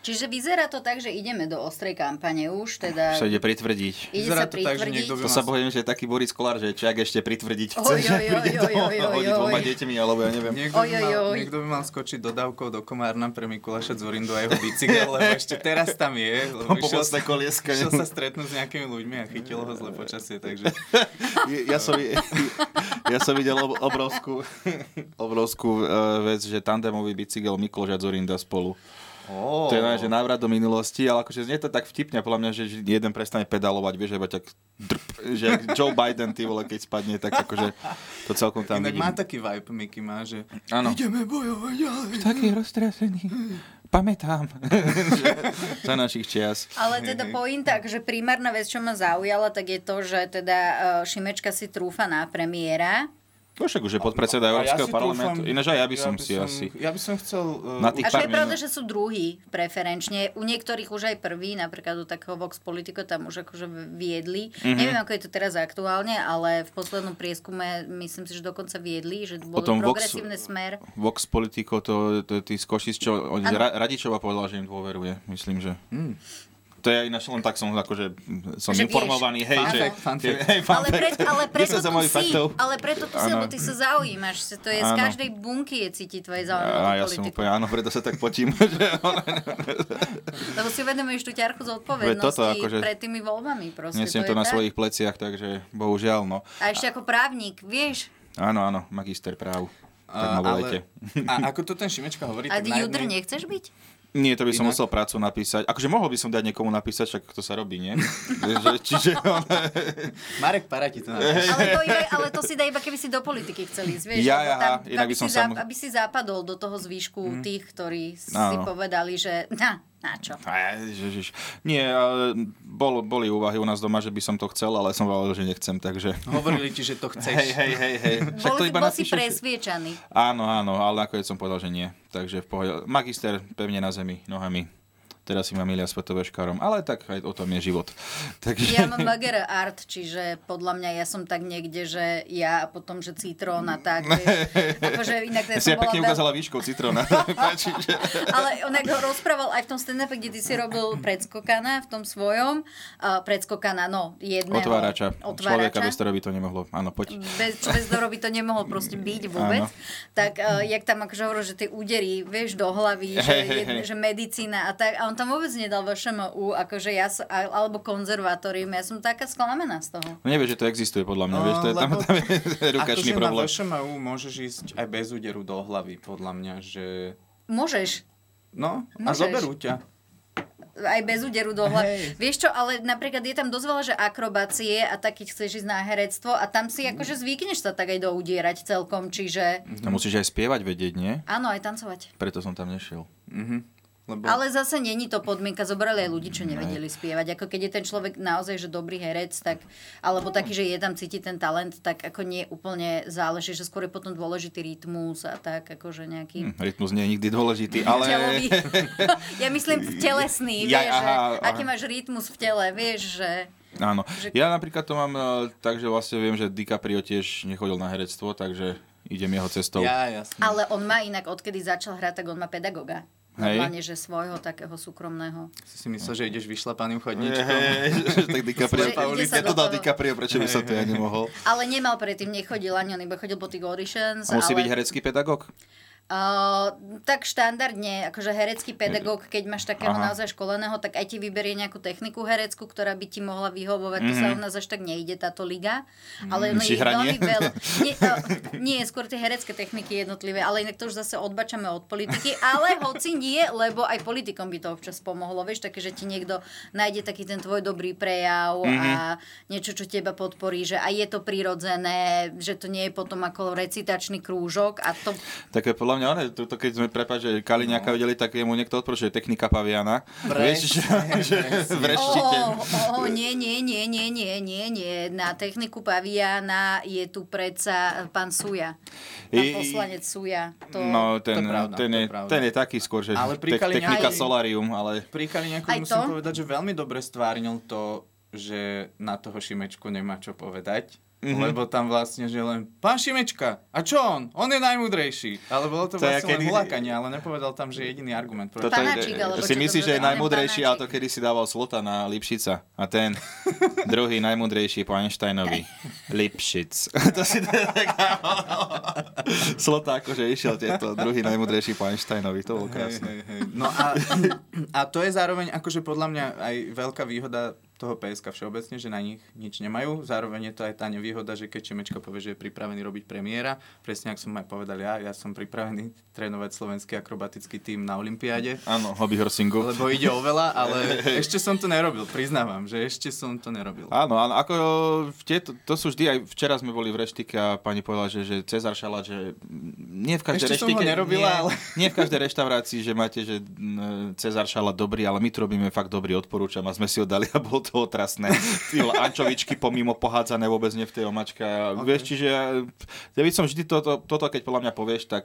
Speaker 4: Čiže vyzerá to tak, že ideme do ostrej kampane už, teda...
Speaker 5: Sa ide pritvrdiť.
Speaker 4: Ide sa pritvrdiť.
Speaker 5: to sa poviem, že je taký Boris Kolár, že čiak ešte pritvrdiť
Speaker 4: Oj,
Speaker 5: chce, že
Speaker 4: oj, oj,
Speaker 5: príde
Speaker 4: oj,
Speaker 5: domov
Speaker 4: oj,
Speaker 5: a hodí
Speaker 4: oj,
Speaker 5: dvoma
Speaker 4: oj.
Speaker 5: deťmi, alebo ja neviem.
Speaker 6: Niekto, by
Speaker 4: Oj, oj,
Speaker 6: mal,
Speaker 4: oj.
Speaker 6: niekto by mal skočiť dodávkou do Komárna pre Mikuláša Zvorindu a jeho bicykel, lebo ešte teraz tam je. Lebo
Speaker 5: No, pomocné kolieska,
Speaker 6: Išiel
Speaker 5: neviem.
Speaker 6: sa stretnúť s nejakými ľuďmi a chytilo ho zle počasie, takže...
Speaker 5: Ja som, vi- ja som videl ob- obrovskú, obrovskú eh, vec, že tandemový bicykel Mikloš a Zorinda spolu.
Speaker 6: Ó.
Speaker 5: To je na, že návrat do minulosti, ale akože znie to tak vtipne, podľa mňa, že jeden prestane pedalovať, vieš, iba tak drp, že jak Joe Biden, ty vole, keď spadne, tak akože to celkom tam
Speaker 6: Inak
Speaker 5: vidím.
Speaker 6: má taký vibe Mickey má, že
Speaker 5: Áno.
Speaker 6: ideme bojovať ďalej.
Speaker 5: Taký roztrasený. Pamätám. Za našich čias.
Speaker 4: Ale teda
Speaker 5: Mhm. No.
Speaker 4: pointa, že primárna vec, čo ma zaujala, tak je to, že teda e, Šimečka si trúfa na premiéra.
Speaker 5: No však už je podpredseda Európskeho
Speaker 6: si trúfam-
Speaker 5: parlamentu. Ináč aj ja by som si asi...
Speaker 6: Ja by som chcel... Uh,
Speaker 5: Na
Speaker 4: A
Speaker 5: tých
Speaker 4: čo
Speaker 5: pár
Speaker 4: je pravda,
Speaker 5: minút.
Speaker 4: že sú druhí preferenčne. U niektorých už aj prvý, napríklad u takého Vox Politico tam už akože viedli.
Speaker 5: Mhm.
Speaker 4: Neviem, ako je to teraz aktuálne, ale v poslednom prieskume myslím si, že dokonca viedli, že bol
Speaker 5: Potom Vox-
Speaker 4: progresívny smer.
Speaker 5: Vox Politico, to, to tí z Košic, čo oni,
Speaker 4: Áno.
Speaker 5: Ra- Radičová povedala, že im dôveruje, myslím, že.
Speaker 4: Mm.
Speaker 5: To je ináč len tak som akože, som
Speaker 4: Že vieš.
Speaker 5: informovaný, hej,
Speaker 4: Fun
Speaker 5: že...
Speaker 4: fact, fun
Speaker 5: tie-
Speaker 4: fact.
Speaker 5: hej, fun
Speaker 4: ale, pre,
Speaker 5: fact.
Speaker 4: ale
Speaker 5: Kde
Speaker 4: preto
Speaker 5: sa za
Speaker 4: tu
Speaker 5: mojich
Speaker 4: si,
Speaker 5: faktov?
Speaker 4: ale preto tu si,
Speaker 5: Áno.
Speaker 4: lebo ty sa zaujímaš. že To je z
Speaker 5: Áno.
Speaker 4: každej bunky je cítiť tvoje zaujímavé
Speaker 5: A ja som
Speaker 4: politiku.
Speaker 5: úplne, áno, preto sa tak potím, že...
Speaker 4: Lebo si uvedomuješ tú ťarchu
Speaker 5: Veď toto
Speaker 4: zodpovednosti
Speaker 5: akože-
Speaker 4: pred tými voľbami. Proste,
Speaker 5: Nesiem
Speaker 4: to,
Speaker 5: to
Speaker 4: je
Speaker 5: na
Speaker 4: tak.
Speaker 5: svojich pleciach, takže bohužiaľ, no.
Speaker 4: A ešte ako právnik, vieš,
Speaker 5: Áno, áno, magister práv. Tak
Speaker 6: A- ale-
Speaker 5: ma volajte.
Speaker 6: a ako to ten Šimečka hovorí, tak
Speaker 4: a
Speaker 6: na
Speaker 4: judr
Speaker 6: jednej...
Speaker 4: nechceš byť?
Speaker 5: Nie, to by som
Speaker 6: Inak?
Speaker 5: musel prácu napísať. Akože mohol by som dať niekomu napísať, však to sa robí, nie? Že- Čiže...
Speaker 6: Marek Parati to
Speaker 4: Ale to, iba, ale to si dá iba, keby si do politiky chcel ísť, vieš?
Speaker 5: Ja,
Speaker 4: lebo
Speaker 5: aha, inak by
Speaker 4: aby
Speaker 5: som
Speaker 4: si
Speaker 5: samoz-
Speaker 4: Aby si západol do toho zvýšku tých, ktorí si
Speaker 5: Áno.
Speaker 4: povedali, že na, na čo?
Speaker 5: Á, Ježiš. Nie, ale bol, boli úvahy u nás doma, že by som to chcel, ale som hovoril, že nechcem, takže...
Speaker 6: Hovorili ti, že to chceš.
Speaker 5: Hej, hej, hej, hej.
Speaker 4: Bol,
Speaker 5: to
Speaker 4: iba bol No. si presviečaný.
Speaker 5: Áno, áno, ale nakoniec som povedal, že nie. Takže v pohode. Magister pevne na zemi, nohami. Teraz si mám Ilia Svetové škárom, ale tak aj o tom je život. Takže...
Speaker 4: Ja mám Magere Art, čiže podľa mňa ja som tak niekde, že ja a potom, že Citrón a tak. vieš. Akože inak ja
Speaker 5: Ja si
Speaker 4: som
Speaker 5: ja pekne
Speaker 4: bola veľ-
Speaker 5: ukázala výškou citróna. Páči, že...
Speaker 4: Ale on ho rozprával aj v tom stand kde ty si robil predskokana v tom svojom. Uh, predskokana, no, jedného.
Speaker 5: Otvárača. Človeka,
Speaker 4: Otvárača. Mm.
Speaker 5: bez ktorého by to nemohlo. Áno, poď.
Speaker 4: bez, čo bez toho by to nemohol proste byť vôbec.
Speaker 5: Áno.
Speaker 4: Tak uh, jak tam akože hovoril, že tie údery, vieš, do hlavy, že,
Speaker 5: Hej, hej,
Speaker 4: jedne,
Speaker 5: hej.
Speaker 4: že medicína a tak. A on tam vôbec nedal VŠMU, akože ja, som- a- alebo konzervatórium. Ja som taká sklamaná z toho.
Speaker 5: No nevie, že to existuje podľa mňa,
Speaker 6: No,
Speaker 5: vieš, to je, tam,
Speaker 6: lebo-
Speaker 5: tam je rukačný
Speaker 6: akože
Speaker 5: problém.
Speaker 6: na VŠMU môžeš ísť aj bez úderu do hlavy, podľa mňa, že...
Speaker 4: Môžeš.
Speaker 6: No, a
Speaker 4: Môžeš.
Speaker 6: zoberú ťa.
Speaker 4: aj bez úderu do hlavy. Vieš čo, ale napríklad je tam dosť veľa, že akrobácie a tak, keď chceš ísť na herectvo a tam si akože zvykneš sa tak aj doudierať celkom, čiže
Speaker 5: No musíš aj spievať vedieť, nie?
Speaker 4: áno, aj tancovať.
Speaker 5: Preto som tam nešiel.
Speaker 6: Mhm. Lebo...
Speaker 4: Ale zase není to podmienka, zobrali aj ľudí, čo nevedeli spievať. Ako keď je ten človek naozaj, že dobrý herec, tak, alebo taký, že je tam cíti ten talent, tak ako nie úplne záleží, že skôr je potom dôležitý rytmus a tak, akože nejaký...
Speaker 5: Hm, Rytmus nie je nikdy dôležitý, ale...
Speaker 4: Telový. ja myslím v telesný,
Speaker 5: Ja-
Speaker 4: vieš, že
Speaker 5: aha, aha.
Speaker 4: aký máš rytmus v tele, vieš, že...
Speaker 5: Áno. Ja napríklad to mám e, tak, že vlastne viem, že DiCaprio tiež nechodil na herectvo, takže idem jeho cestou.
Speaker 6: jasne.
Speaker 4: Ale on má inak, odkedy začal hrať, tak on má pedagoga.
Speaker 5: Hej.
Speaker 4: Normálne, že svojho takého súkromného.
Speaker 6: Si si myslel, že ideš vyšlapaným chodníčkom.
Speaker 5: Hej, že tak DiCaprio...
Speaker 4: Že ide sa
Speaker 5: Ja
Speaker 4: do
Speaker 5: to dal
Speaker 4: toho.
Speaker 5: DiCaprio, prečo by som to ja nemohol?
Speaker 4: Ale nemal predtým, nechodil ani on, iba chodil po tých auditions.
Speaker 5: A musí
Speaker 4: ale,
Speaker 5: byť herecký pedagóg?
Speaker 4: Uh, tak štandardne, akože herecký pedagóg, keď máš takého
Speaker 5: Aha.
Speaker 4: naozaj školeného, tak aj ti vyberie nejakú techniku hereckú, ktorá by ti mohla vyhovovať. To
Speaker 5: Mhm.
Speaker 4: sa u nás až tak nejde, táto liga. Ale
Speaker 5: Mm,
Speaker 4: ono
Speaker 5: či
Speaker 4: je ich
Speaker 5: hranie?
Speaker 4: veľmi veľa. Nie, uh, nie, skôr tie herecké techniky jednotlivé, ale inak to už zase odbačame od politiky. Ale hoci nie, lebo aj politikom by to občas pomohlo. Vieš, také, že ti niekto nájde taký ten tvoj dobrý prejav
Speaker 5: Mhm.
Speaker 4: a niečo, čo teba podporí, že aj je to prirodzené, že to nie je potom ako recitačný krúžok a to
Speaker 5: Také podľa mňa, ale toto, keď sme prepáč, že Kaliňáka videli, tak jemu niekto odporučil, že technika paviana. Vieš, že, že vreštite.
Speaker 4: Oh, oh, nie, nie, nie, nie, nie, nie, nie. Na techniku paviana je tu predsa pán Suja. Pán
Speaker 5: I-
Speaker 4: poslanec Suja. To...
Speaker 5: No,
Speaker 6: to
Speaker 5: ten,
Speaker 6: je pravda,
Speaker 5: ten,
Speaker 6: to
Speaker 5: je,
Speaker 6: je pravda.
Speaker 5: ten je taký skôr, že
Speaker 6: Ale pri
Speaker 5: te-
Speaker 6: Kaliňákovi-
Speaker 5: technika
Speaker 6: Aj.
Speaker 5: solarium, ale...
Speaker 6: Pri Kaliňaku
Speaker 4: Aj
Speaker 6: musím
Speaker 4: to?
Speaker 6: povedať, že veľmi dobre stvárnil to, že na toho Šimečku nemá čo povedať.
Speaker 5: Mhm.
Speaker 6: Lebo tam vlastne, že len, pán Šimečka, a čo on? On je najmúdrejší. Ale bolo to,
Speaker 5: To je
Speaker 6: vlastne len
Speaker 5: kedy-
Speaker 6: hulákanie, ale nepovedal tam, že jediný argument. proti-
Speaker 5: Toto je, si myslíš, že je najmudrejší, ale to kedy si dával slota na Lipšica. A ten druhý najmudrejší po Einsteinovi. Lipšic. to si slota akože išiel tieto. Druhý najmudrejší po Einsteinovi. To bolo
Speaker 6: Hej, hej,
Speaker 5: krásne.
Speaker 6: hej. No a, a to je zároveň akože podľa mňa aj veľká výhoda toho PSK všeobecne, že na nich nič nemajú. Zároveň je to aj tá nevýhoda, že keď Čemečka povie, že je pripravený robiť premiéra, presne ako som aj povedal ja, ja som pripravený trénovať slovenský akrobatický tím na Olympiáde.
Speaker 5: Áno, hobby horsingu.
Speaker 6: Lebo ide o veľa, ale ešte som to nerobil, priznávam, že ešte som to nerobil.
Speaker 5: Áno, áno, ako e, v tieto, to sú vždy, aj včera sme boli v reštike a pani povedala, že, že Cezar Šala, že nie v každej
Speaker 6: Ešte som ho
Speaker 5: reštike,
Speaker 6: nerobila,
Speaker 5: nie,
Speaker 6: ale-
Speaker 5: nie v každej reštaurácii, že máte, že mm, Cezar Šala dobrý, ale my tu robíme fakt dobrý, odporúčam a sme si ho dali a bolo to otrasné. Tie ančovičky pomimo pohádzané vôbec nie v tej omačke. Okay. Vieš, čiže ja, ja by som vždy toto, toto, keď podľa mňa povieš, tak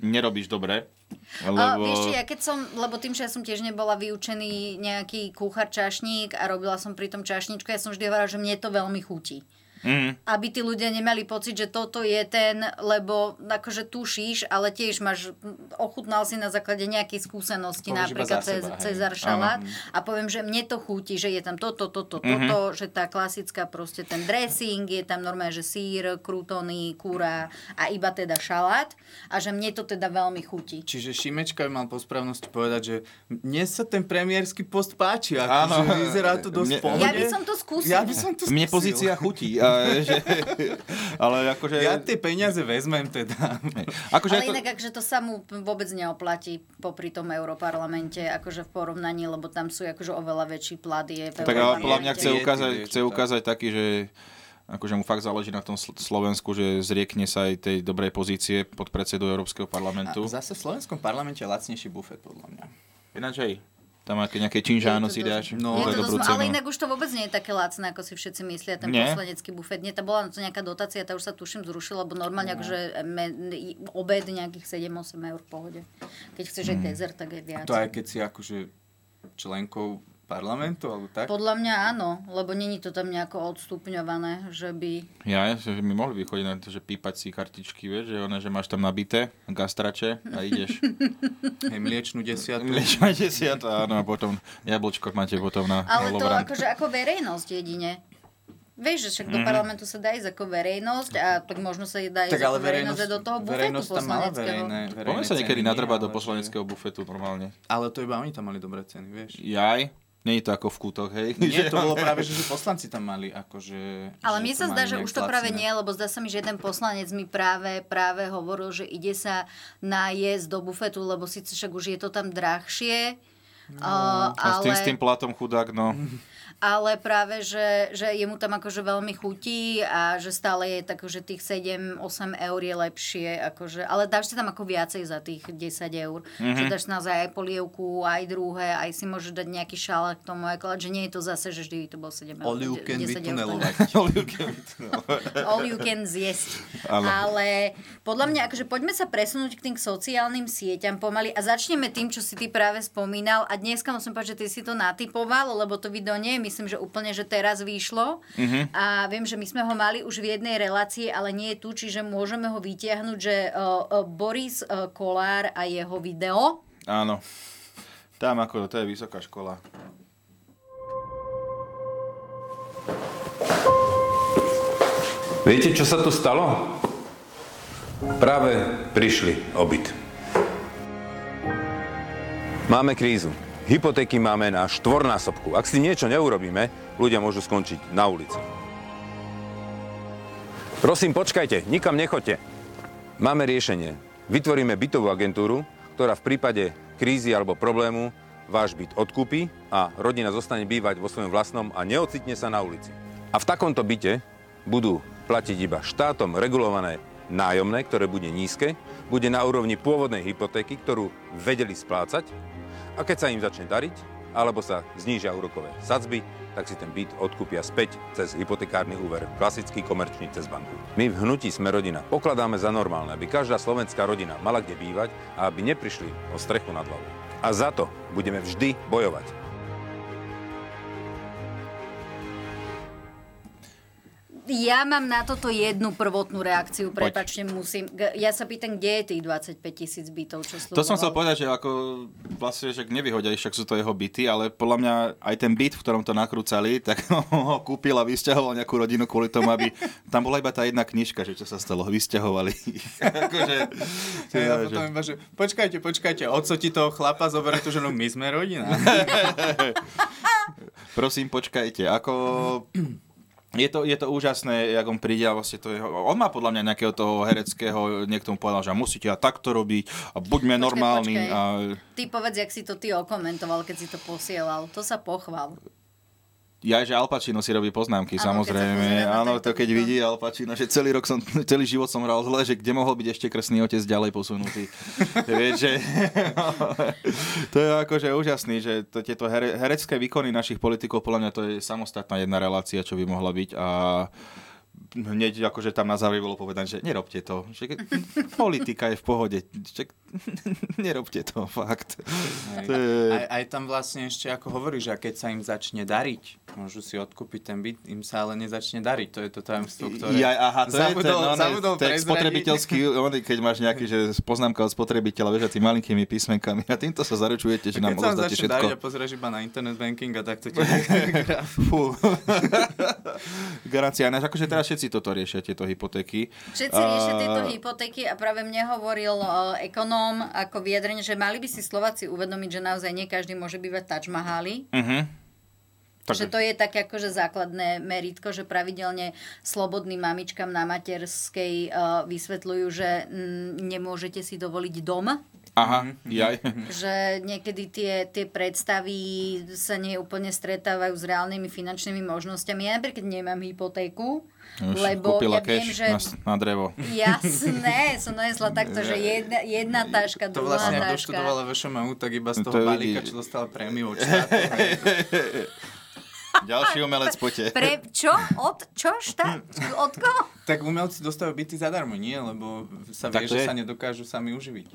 Speaker 5: nerobíš dobre.
Speaker 4: Lebo...
Speaker 5: Lebo...
Speaker 4: Vieš, čo, ja keď som, lebo tým, že ja som tiež nebola vyučený nejaký kuchár čašník a robila som pri tom čašničku, ja som vždy hovorila, že mne to veľmi chutí.
Speaker 5: Mm.
Speaker 14: Mhm.
Speaker 4: Aby tí ľudia nemali pocit, že toto je ten, lebo akože tušíš, ale tiež máš, ochutnal si na základe nejakej
Speaker 14: Povieš
Speaker 4: skúsenosti,
Speaker 14: iba za
Speaker 4: napríklad cez,
Speaker 14: seba, hej.
Speaker 4: Cezar
Speaker 14: Áno.
Speaker 4: šalát a poviem, že mne to chutí, že je tam toto, toto, toto,
Speaker 14: Mhm.
Speaker 4: mm-hmm. že tá klasická proste ten dressing, je tam normálne, že sír, krútony, kúra a iba teda šalát a že mne to teda veľmi chutí.
Speaker 6: Čiže Šimečka by mal po správnosti povedať, že mne sa ten premiérsky post páči, ako
Speaker 5: Áno.
Speaker 6: že vyzerá to dosť
Speaker 5: Mne-
Speaker 6: v pohode.
Speaker 4: Ja by som to skúsil.
Speaker 6: Ja by som to skúsil.
Speaker 5: Mne pozícia chutí. A, že, ale akože...
Speaker 6: Ja tie peniaze vezmem teda.
Speaker 5: Akože
Speaker 4: Ale inak, akže to sa mu vôbec neoplatí popri tom europarlamente, akože v porovnaní, lebo tam sú akože oveľa väčší plat je v
Speaker 5: No Tak ale podľa mňa
Speaker 4: europarlamente.
Speaker 5: chce ukázať, chce ukázať taký, že akože mu fakt záleží na tom Sl- Slovensku, že zriekne sa aj tej dobrej pozície pod predsedu Európskeho
Speaker 6: A
Speaker 5: parlamentu.
Speaker 6: zase v slovenskom parlamente je lacnejší bufet, podľa mňa.
Speaker 5: Ináč aj, tam aké nejaké činžáno si dáš.
Speaker 4: je
Speaker 5: za
Speaker 4: to
Speaker 5: No, dobrú
Speaker 4: dosť,
Speaker 5: cenu.
Speaker 4: ale inak už to vôbec nie je také lacné, ako si všetci myslia, ten
Speaker 5: Nie?
Speaker 4: poslanecký bufet. Nie, to bola na to nejaká dotácia, tá už sa tuším zrušila, lebo normálne,
Speaker 6: No.
Speaker 4: akože me, obed nejakých 7-8 eur v pohode. Keď chceš aj
Speaker 6: Mm.
Speaker 4: desert, tak je viac.
Speaker 6: To aj keď si akože členkou parlamentu, alebo tak.
Speaker 4: Podľa mňa áno, lebo není to tam nejako odstupňované, že by...
Speaker 5: Ja, ja, že my mohli vychodiť na to, že pípať si kartičky, vieš, že one, že máš tam nabité gastrače a ideš.
Speaker 6: Hej, mliečnú desiatu.
Speaker 5: Mliečna desiata, áno, a potom jablčko máte potom na
Speaker 4: Ale to
Speaker 5: Lovran.
Speaker 4: akože ako verejnosť jedine. Vieš, že však do
Speaker 5: Mhm.
Speaker 4: parlamentu sa dá ísť ako verejnosť a tak možno sa dá ísť
Speaker 6: Tak ale
Speaker 4: ako verejnosť, aj
Speaker 6: verejnosť-
Speaker 4: do toho bufetu
Speaker 6: verejnosť tam mala
Speaker 4: poslaneckého.
Speaker 6: verejné- verejné
Speaker 5: Poďme sa niekedy
Speaker 6: ceny, nie,
Speaker 5: nadrbať do
Speaker 6: ale že-
Speaker 5: poslaneckého bufetu normálne.
Speaker 6: Ale to iba oni tam mali dobré ceny, vieš.
Speaker 5: Jaj, nie je to ako v kútoch, hej?
Speaker 6: Nie, to bolo práve, že, že poslanci tam mali akože...
Speaker 4: Ale
Speaker 6: že
Speaker 4: mne
Speaker 6: to
Speaker 4: sa
Speaker 6: mali
Speaker 4: zdá, že
Speaker 6: nejak
Speaker 4: už to práve
Speaker 6: lacné.
Speaker 4: nie, lebo zdá sa mi, že jeden poslanec mi práve, práve hovoril, že ide sa najesť do bufetu, lebo síce však už je to tam drahšie, uh,
Speaker 5: A s tým,
Speaker 4: ale,
Speaker 5: s tým platom chudák, no.
Speaker 4: ale práve, že, že jemu tam akože veľmi chutí a že stále je tak, že tých 7-8 eur je lepšie, akože, ale dáš si tam ako viacej za tých 10 eur,
Speaker 14: Mhm.
Speaker 4: mm-hmm. že dáš naozaj aj polievku, aj druhé, aj si môžeš dať nejaký šálek k tomu, ako, ale že nie je to zase, že vždy to bol 7 eur.
Speaker 6: Oliu
Speaker 4: de-
Speaker 6: can
Speaker 4: 10 eur, to nie.
Speaker 6: vytunelovať.
Speaker 4: All you can zjesť.
Speaker 6: Áno.
Speaker 4: Ale podľa mňa, akože poďme sa presunúť k tým sociálnym sieťam pomaly a začneme tým, čo si ty práve spomínal. A dneska musím povedať, že ty si to natypoval, lebo to video nie je, myslím, že úplne, že teraz vyšlo.
Speaker 14: Mhm.
Speaker 4: A viem, že my sme ho mali už v jednej relácii, ale nie je tu, čiže môžeme ho vytiahnuť, že uh, uh, Boris uh, Kolár a jeho video.
Speaker 5: Áno. Tam ako, to je vysoká škola.
Speaker 20: Viete, čo sa tu stalo? Práve prišli obyt. Máme krízu. Hypotéky máme na štvornásobku. Ak si niečo neurobíme, ľudia môžu skončiť na ulici. Prosím, počkajte, nikam nechoďte. Máme riešenie. Vytvoríme bytovú agentúru, ktorá v prípade krízy alebo problému váš byt odkúpi a rodina zostane bývať vo svojom vlastnom a neocitne sa na ulici. A v takomto byte budú platiť iba štátom regulované nájomné, ktoré bude nízke, bude na úrovni pôvodnej hypotéky, ktorú vedeli splácať a keď sa im začne dariť, alebo sa znížia úrokové sadzby, tak si ten byt odkúpia späť cez hypotekárny úver, klasický komerčný cez banku. My v hnutí sme rodina pokladáme za normálne, aby každá slovenská rodina mala kde bývať a aby neprišli o strechu nad hlavou. A za to budeme vždy bojovať.
Speaker 4: Ja mám na toto jednu prvotnú reakciu,
Speaker 5: Poď.
Speaker 4: prepačne musím. G- Ja sa pýtam, kde je tých 25 tisíc bytov, čo
Speaker 5: To som chcel
Speaker 4: sluboval?
Speaker 5: povedať, že ako vlastne, že nevyhodia, však sú to jeho byty, ale podľa mňa aj ten byt, v ktorom to nakrúcali, tak ho kúpil a vysťahoval nejakú rodinu kvôli tomu, aby tam bola iba tá jedna knižka, že čo sa stalo, vysťahovali ich. akože,
Speaker 6: Hej, a
Speaker 5: Ja, že-
Speaker 6: potom iba, že počkajte, počkajte, oco ti toho chlapa zoberie tú ženu, my sme rodina.
Speaker 5: Prosím, počkajte, ako... Je to, je to úžasné, jak on príde a vlastne to jeho, on má podľa mňa nejakého toho hereckého, niekto mu povedal, že musíte a takto robiť a buďme
Speaker 4: Počkaj,
Speaker 5: normálni.
Speaker 4: počkaj.
Speaker 5: A
Speaker 4: Ty povedz, jak si to ty okomentoval, keď si to posielal. To sa pochval.
Speaker 5: Ja, že Al Pacino si robí
Speaker 4: Áno,
Speaker 5: poznámky,
Speaker 4: keď sa
Speaker 5: samozrejme.
Speaker 4: pozrieme na
Speaker 5: Áno, to keď vidí Al Pacino, že celý, rok som, celý život som hral zle, že kde mohol byť ešte krsný otec ďalej posunutý. Vieš, že... to je akože úžasný, že to, tieto here, herecké výkony našich politikov, podľa mňa to je samostatná jedna relácia, čo by mohla byť a hneď akože tam na záver bolo povedané, že nerobte to. Že keď, politika je v pohode. Že, nerobte to, fakt.
Speaker 6: Hej.
Speaker 5: To je...
Speaker 6: Aj, aj tam vlastne ešte ako hovoríš, a keď sa im začne dariť, môžu si odkúpiť ten byt, im sa ale nezačne dariť. To je to tajomstvo, ktoré
Speaker 5: Ja, aha, to
Speaker 6: zabudol,
Speaker 5: je ten,
Speaker 6: zabudol
Speaker 5: ten
Speaker 6: prezradiť.
Speaker 5: spotrebiteľský, on, keď máš nejaký, že poznámka od spotrebiteľa, vieš, a tými malinkými písmenkami a týmto sa zaručujete, že
Speaker 6: Keď sa
Speaker 5: nám
Speaker 6: vám
Speaker 5: odozdáte
Speaker 6: začne dariť a
Speaker 5: všetko.
Speaker 6: pozrieš iba na internet banking a tak to ti...
Speaker 5: Fú. Garancia, ináč akože teraz všetci toto riešia, tieto hypotéky.
Speaker 4: Všetci riešia tieto hypotéky a práve mne hovoril e, ekonóm ako vyjadrenie, že mali by si Slováci uvedomiť, že naozaj nie každý môže bývať v Taj Mahali.
Speaker 5: Uh-huh.
Speaker 4: Takže... Že to je také akože základné meritko, že pravidelne slobodným mamičkám na materskej uh, vysvetľujú, že mm, nemôžete si dovoliť dom,
Speaker 6: Mhm,
Speaker 5: Aha, jaj.
Speaker 4: že niekedy tie, tie predstavy sa nie úplne stretávajú s reálnymi finančnými možnosťami. Ja napríklad nemám hypotéku,
Speaker 6: No,
Speaker 5: Už
Speaker 4: lebo ja
Speaker 5: kúpila
Speaker 4: viem,
Speaker 5: cash
Speaker 4: že...
Speaker 5: na, s- na drevo.
Speaker 4: Jasné, som donesla takto, že jedna, jedna taška,
Speaker 6: To
Speaker 4: druhá
Speaker 6: vlastne
Speaker 4: taška.
Speaker 6: doštudovala VŠMU, tak iba z
Speaker 5: No To
Speaker 6: toho
Speaker 5: vidí.
Speaker 6: balíka, čo dostala prémiu od štátu.
Speaker 5: Ďalší umelec pote.
Speaker 4: Pre, čo? Od čo? Šta? Od koho?
Speaker 6: Tak umelci dostávajú byty zadarmo, nie? Lebo sa
Speaker 5: Tak
Speaker 6: vie, že
Speaker 5: to je.
Speaker 6: sa nedokážu sami uživiť.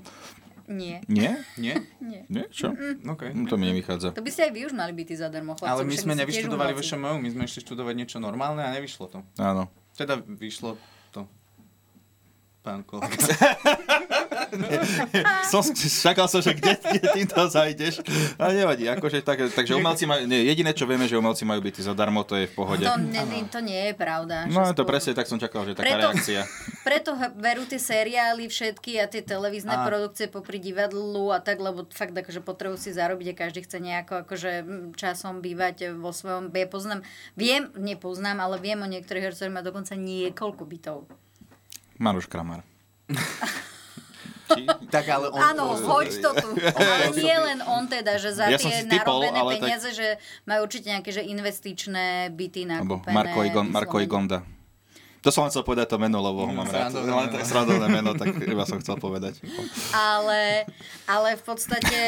Speaker 4: Nie.
Speaker 5: Nie?
Speaker 6: Nie?
Speaker 4: Nie.
Speaker 5: Nie? Čo?
Speaker 4: Mm.
Speaker 6: Okay.
Speaker 5: No, to mi nevychádza.
Speaker 4: To by ste aj vy už mali byť zadarmo, chlapci.
Speaker 6: Ale my sme
Speaker 4: však vy ste tiež
Speaker 6: nevyštudovali
Speaker 4: umelci.
Speaker 6: VŠMU, my sme išli študovať niečo normálne a nevyšlo to.
Speaker 5: Áno.
Speaker 6: Teda vyšlo to. Pán kolega.
Speaker 5: som, čakal som, že kde, kde týmto zajdeš. Ale nevadí, akože tak, takže umelci majú, nie, jediné čo vieme, že umelci majú byty zadarmo, to je v pohode.
Speaker 4: To, ne, ne, to nie je pravda.
Speaker 5: No
Speaker 4: že
Speaker 5: to
Speaker 4: skôr-
Speaker 5: presne tak som čakal, že taká
Speaker 4: Preto-
Speaker 5: reakcia.
Speaker 4: Preto h- berú tie seriály všetky a tie televízne
Speaker 5: Á.
Speaker 4: produkcie popri divadlu a tak, lebo fakt akože potrebujú si zarobiť a každý chce nejako akože mm, časom bývať vo svojom... Ja poznám, viem, nepoznám, ale viem o niektorých hercoch, ktorí má dokonca niekoľko bytov.
Speaker 5: Maroš Kramar.
Speaker 6: tak ale on...
Speaker 4: Áno, hoď to tu.
Speaker 5: On
Speaker 4: Ale
Speaker 5: pôsobí.
Speaker 4: nie len on teda, že za
Speaker 5: Ja som
Speaker 4: tie
Speaker 5: si typol,
Speaker 4: narobené
Speaker 5: ale tak-
Speaker 4: peniaze, že majú určite nejaké že investičné byty
Speaker 5: Alebo
Speaker 4: nakúpené.
Speaker 5: Marko, Igon, Marko
Speaker 4: vyslovene.
Speaker 5: Igonda. To som len chcel povedať to meno, lebo ho
Speaker 6: Mm,
Speaker 5: mám rád.
Speaker 6: srandovné
Speaker 5: Len
Speaker 6: meno.
Speaker 5: tak srandovné meno, tak iba som chcel povedať.
Speaker 4: Ale, ale v podstate,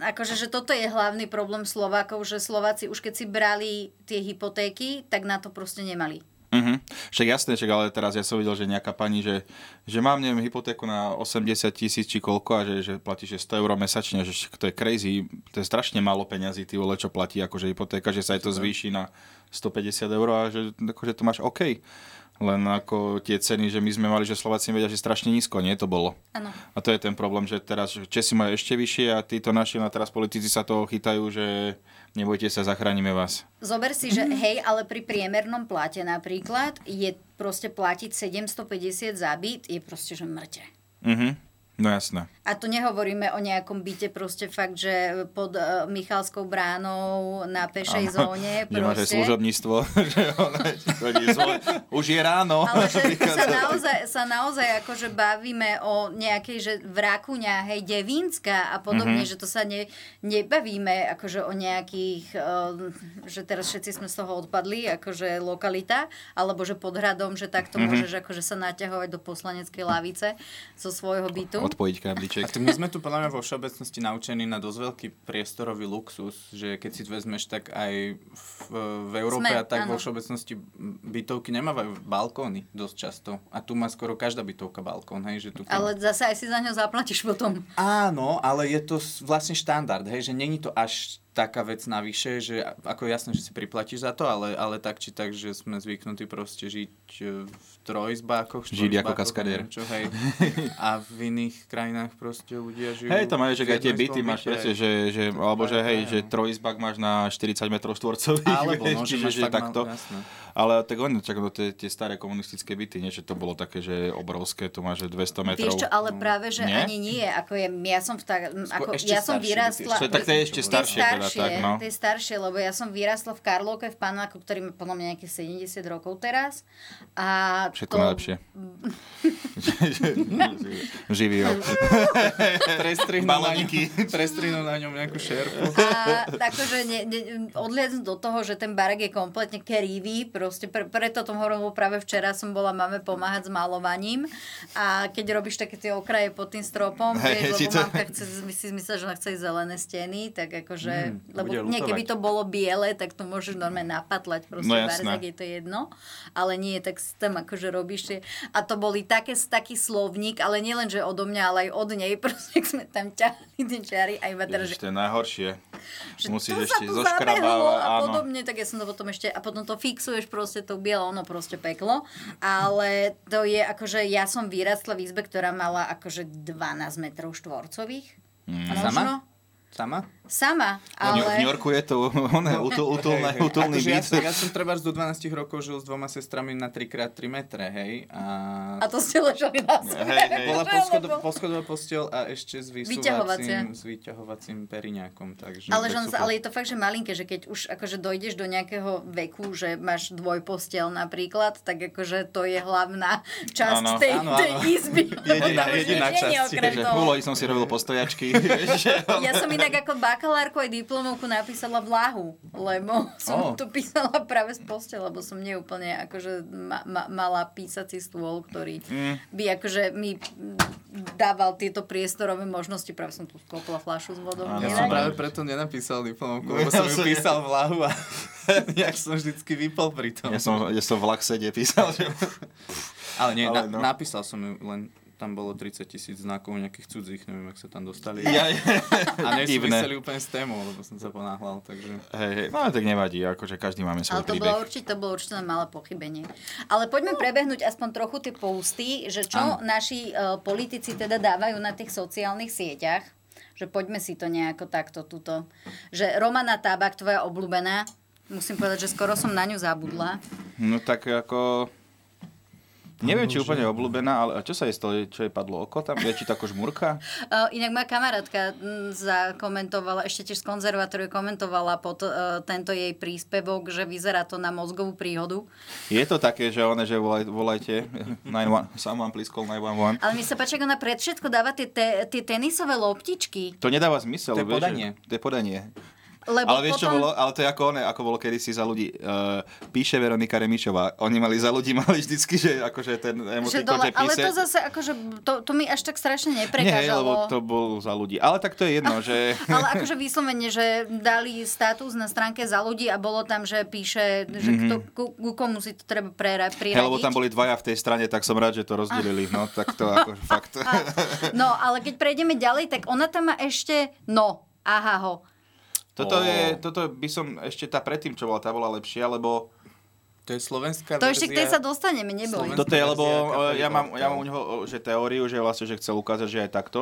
Speaker 4: akože, že toto je hlavný problém Slovákov, že Slováci už keď si brali tie hypotéky, tak na to proste nemali.
Speaker 5: Mhm. Však jasné, však, ale teraz ja som videl, že nejaká pani, že, že mám neviem, hypotéku na 80 tisíc či koľko a že, že platí že 100 eur mesačne, že však to je crazy, to je strašne málo peňazí, ty vole, čo platí akože hypotéka, že sa aj to zvýši na 150 eur a že akože to máš OK. Len ako tie ceny, že my sme mali, že Slováci vedia, že strašne nízko, nie to bolo.
Speaker 4: Áno.
Speaker 5: A to je ten problém, že teraz že Česi majú ešte vyššie a títo naši, no a teraz politici sa toho chytajú, že nebojte sa, zachránime vás.
Speaker 4: Zober si, že hej, ale pri priemernom plate napríklad je proste platiť 750 za byt, je proste, že mŕte.
Speaker 5: Mhm. No jasné.
Speaker 4: A to nehovoríme o nejakom byte proste fakt, že pod eh, Michalskou bránou na pešej
Speaker 5: Áno,
Speaker 4: zóne.
Speaker 5: Kde máš aj
Speaker 4: proste.
Speaker 5: služobníctvo. že ono chodí zvon- Už je ráno.
Speaker 4: Ale že sa naozaj, sa naozaj akože bavíme o nejakej, že Vrakuňa, hej, Devínska a podobne, mm-hmm. že
Speaker 5: Mhm.
Speaker 4: to sa ne, nebavíme akože o nejakých, um, že teraz všetci sme z toho odpadli, akože lokalita, alebo že pod hradom, že takto
Speaker 5: Mhm.
Speaker 4: mm-hmm. môžeš akože sa naťahovať do poslaneckej lavice zo svojho bytu.
Speaker 5: Odpojiť kábliček.
Speaker 6: A to my sme tu podľa mňa vo všeobecnosti naučení na dosť veľký priestorový luxus, že keď si vezmeš, tak aj v, v Európe
Speaker 4: Sme,
Speaker 6: a tak vo
Speaker 4: áno.
Speaker 6: všeobecnosti bytovky nemávajú balkóny dosť často. A tu má skoro každá bytovka balkón, hej, že tu...
Speaker 4: Ale zase aj si za ňo zaplatíš potom.
Speaker 6: Áno, ale je to s- vlastne štandard, hej, že není to až taká vec navyše, že ako jasné, že si priplatíš za to, ale, ale tak či tak, že sme zvyknutí proste žiť e, v trojizbákoch.
Speaker 5: Žiť ako
Speaker 6: štvorizbákoch,
Speaker 5: kaskadér.
Speaker 6: neviem Čo, hej. A v iných krajinách proste ľudia žijú...
Speaker 5: Hej, tam aj,
Speaker 6: v
Speaker 5: že aj tie
Speaker 6: jednom
Speaker 5: byty
Speaker 6: izbovom
Speaker 5: máš
Speaker 6: byte.
Speaker 5: presne, že, že alebo že hej, že trojizbak máš na 40 metrov štvorcových.
Speaker 6: no. Alebo, no, že
Speaker 5: čiže,
Speaker 6: máš
Speaker 5: že
Speaker 6: fakt mal-
Speaker 5: takto.
Speaker 6: jasné.
Speaker 5: Ale tak oni, čak, no, tie, tie staré komunistické byty, nie, že to bolo také, že obrovské, to máš že 200 metrov.
Speaker 4: Vieš čo, ale práve, že
Speaker 5: Nie?
Speaker 4: ani nie, ako je, ja som v tak, ako,
Speaker 5: ešte
Speaker 4: ja som
Speaker 5: staršie
Speaker 4: vyrástla...
Speaker 5: byty ešte. Tak to je ešte
Speaker 4: tie
Speaker 5: staršie teda, tak, no.
Speaker 4: tie staršie, lebo ja som vyrástla v Karlovke, v Panáku, ktorý má podľa mňa nejakých 70 rokov teraz. A
Speaker 5: Všetko najlepšie. Živý ho.
Speaker 6: Prestrihnú na, ňom, prestrihnú na ňom nejakú šerpu.
Speaker 4: A takže ne, ne, odliadnúť do toho, že ten barek je kompletne kerivý, proste pre, preto tom hovorím, lebo práve včera som bola mame pomáhať s malovaním a keď robíš také tie okraje pod tým stropom,
Speaker 5: Hej,
Speaker 4: hey,
Speaker 5: ti
Speaker 4: vieš,
Speaker 5: to-
Speaker 4: lebo mamka chce, si myslela, že ona chce ísť zelené steny, tak akože,
Speaker 5: Mm,
Speaker 4: mm, lebo
Speaker 5: bude
Speaker 4: nie, keby
Speaker 5: ľutovať.
Speaker 4: to bolo biele, tak to môžeš normálne napatlať, proste
Speaker 5: No
Speaker 4: no,
Speaker 5: jasné.
Speaker 4: barzak je to jedno, ale nie, tak si tam akože robíš tie, a to boli také, taký slovník, ale nielen, že odo mňa, ale aj od nej, proste sme tam ťahali tie čiary a iba teraz, že
Speaker 5: Ešte najhoršie.
Speaker 4: že
Speaker 5: Musíš
Speaker 4: tu sa
Speaker 5: ešte
Speaker 4: tu zabehlo
Speaker 5: zoškrabávať,
Speaker 4: a
Speaker 5: áno.
Speaker 4: podobne, tak ja som to potom ešte, a potom to fixuješ proste tou bielou, ono proste peklo, ale to je akože, ja som vyrastla v izbe, ktorá mala akože 12 metrov štvorcových.
Speaker 6: Mm.
Speaker 4: Možno?
Speaker 6: Sama? Sama?
Speaker 4: Sama,
Speaker 5: No, V New
Speaker 4: ale...
Speaker 5: Yorku je to oné, utul, utulné,
Speaker 6: Hej, hej.
Speaker 5: utulný
Speaker 6: Akože ja, som-
Speaker 5: byt.
Speaker 6: ja som treba do 12 rokov žil s dvoma sestrami na 3x3 metre, hej. A,
Speaker 4: A to ste ležali na zemi.
Speaker 6: Bola
Speaker 4: Že
Speaker 6: poschodo,
Speaker 4: lebo-
Speaker 6: poschodová postel a ešte s
Speaker 4: Vyťahovacia.
Speaker 6: vysúvacím, s vyťahovacím periňákom. Takže,
Speaker 4: Ale,
Speaker 6: tak
Speaker 4: že on,
Speaker 6: super.
Speaker 4: sa- ale je to fakt, že malinké, že keď už akože dojdeš do nejakého veku, že máš dvojpostel napríklad, tak akože to je hlavná časť
Speaker 5: Áno.
Speaker 4: tej,
Speaker 5: Áno,
Speaker 4: tej
Speaker 5: áno.
Speaker 4: izby.
Speaker 5: Jediná,
Speaker 4: Tam už
Speaker 5: jediná
Speaker 4: nič nie je
Speaker 5: časť.
Speaker 4: okrem
Speaker 5: Že
Speaker 4: toho.
Speaker 5: bolo, som si robil postojačky.
Speaker 4: Ja som inak ako bakalárku aj diplomovku napísala v lahu, lebo som
Speaker 5: Ó.
Speaker 4: to písala práve z postele, lebo som neúplne akože ma, ma, mala písací stôl, ktorý
Speaker 5: Mm.
Speaker 4: by akože mi dával tieto priestorové možnosti, práve som tu skopla fľašu s vodou.
Speaker 6: Ja
Speaker 4: nie?
Speaker 6: som práve preto nenapísal diplomovku, lebo
Speaker 5: Ja
Speaker 6: som ju
Speaker 5: som-
Speaker 6: písal v lahu a nejak som vždycky vypol pri tom.
Speaker 5: Ja som, ja som v Laxede písal, že...
Speaker 6: Ale nie,
Speaker 5: Ale
Speaker 6: ale
Speaker 5: no.
Speaker 6: na, napísal som ju, len tam bolo 30 tisíc znakov nejakých cudzích, neviem, ak sa tam dostali.
Speaker 5: Ja-
Speaker 6: a nesúviseli
Speaker 5: Divné.
Speaker 6: úplne s témou, lebo som sa ponáhľal, takže...
Speaker 5: Hej, hej, no ale tak nevadí, akože každý máme
Speaker 4: Ale
Speaker 5: svoj
Speaker 4: to bolo,
Speaker 5: príbeh. No.
Speaker 4: určite, to bolo určite len malé pochybenie. Ale poďme prebehnúť aspoň trochu tie pousty, že čo
Speaker 5: Áno.
Speaker 4: naši eh, politici teda dávajú na tých sociálnych sieťach. Že poďme si to nejako takto tuto. Že Romana Tabak, tvoja obľúbená, musím povedať, že skoro som na ňu zabudla.
Speaker 5: No tak ako... Neviem, či úplne obľúbená, ale a čo sa je stalo, čo jej padlo oko tam? Je či tako žmurka?
Speaker 4: Eh, Inak moja kamarátka mm, zakomentovala, ešte tiež z konzervatóriu komentovala pod eh, tento jej príspevok, že vyzerá to na mozgovú príhodu.
Speaker 5: Je to také, že one, že volaj, volajte 911, someone please call 911.
Speaker 4: Ale mi sa páči, ako ona pred všetko dáva tie, te, tie tenisové loptičky.
Speaker 5: To nedáva zmysel.
Speaker 6: To je
Speaker 5: vieš, že-
Speaker 6: podanie.
Speaker 5: To je podanie.
Speaker 4: Lebo
Speaker 5: ale vieš, čo
Speaker 4: potom...
Speaker 5: bolo? Ale to je ako, one, ako bolo kedysi za ľudí. Uh, píše Veronika Remišová. Oni mali za ľudí, mali vždycky, že akože ten
Speaker 4: Že
Speaker 5: emotikon,
Speaker 4: dole,
Speaker 5: že,
Speaker 4: ale
Speaker 5: píše.
Speaker 4: to zase, akože, to, to mi až tak strašne
Speaker 5: Nie, hej,
Speaker 4: neprekážalo.
Speaker 5: lebo to bol za ľudí. Ale tak to je jedno, že...
Speaker 4: Ale akože vyslovene, že dali status na stránke za ľudí a bolo tam, že píše, že
Speaker 5: Mhm.
Speaker 4: kto, ku, ku komu si to treba prera- priradiť.
Speaker 5: Hej, lebo tam boli dvaja v tej strane, tak som rád, že to rozdelili. No, tak to ako fakt.
Speaker 4: No, ale keď prejdeme ďalej, tak ona tam má ešte, no, aha ho.
Speaker 5: Toto,
Speaker 6: Ó.
Speaker 5: je, toto by som ešte tá predtým, čo bola, tá bola lepšia, lebo...
Speaker 6: To je slovenská
Speaker 4: To ešte k tej sa dostaneme, neboj.
Speaker 5: Toto je, lebo
Speaker 6: verzia
Speaker 5: e, ja
Speaker 6: kapely
Speaker 5: mám,
Speaker 6: Gospel.
Speaker 5: ja mám u neho e, že teóriu, že vlastne, že chcel ukázať, že aj takto,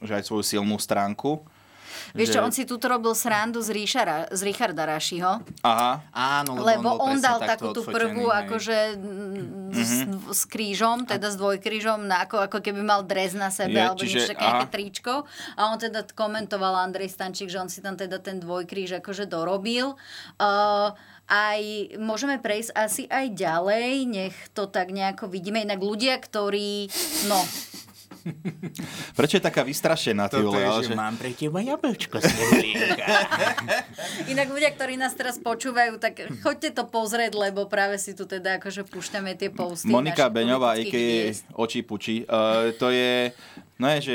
Speaker 5: že aj svoju silnú stránku.
Speaker 4: Vieš
Speaker 5: že-
Speaker 4: čo, on si tuto robil srandu z, Ríšara, z Richarda Rašiho.
Speaker 5: Aha.
Speaker 6: Áno,
Speaker 4: Lebo on,
Speaker 6: presne
Speaker 4: dal
Speaker 6: takto
Speaker 4: takú tú
Speaker 6: odfotený,
Speaker 4: prvú,
Speaker 6: hej.
Speaker 4: akože mm, s, s krížom, teda s dvojkrížom, na, ako, ako keby mal dres na sebe,
Speaker 5: Je,
Speaker 4: alebo
Speaker 5: čiže-
Speaker 4: niečo také, nejaké
Speaker 5: aha.
Speaker 4: tričko. A on teda komentoval Andrej Stančík, že on si tam teda ten dvojkríž akože dorobil. Uh, aj môžeme prejsť asi aj ďalej, nech to tak nejako vidíme. Inak ľudia, ktorí... No,
Speaker 5: Prečo je taká vystrašená? ty
Speaker 10: Toto
Speaker 5: vole,
Speaker 10: je,
Speaker 5: ale
Speaker 10: že mám
Speaker 5: pre teba jablčko,
Speaker 4: inak ľudia, ktorí nás teraz počúvajú, tak choďte to pozrieť, lebo práve si tu teda akože púšťame tie posty.
Speaker 5: Monika
Speaker 4: našich
Speaker 5: Beňová,
Speaker 4: politických
Speaker 5: a.k.a.
Speaker 4: hviezd.
Speaker 5: Oči Puči, uh, to je, no je, že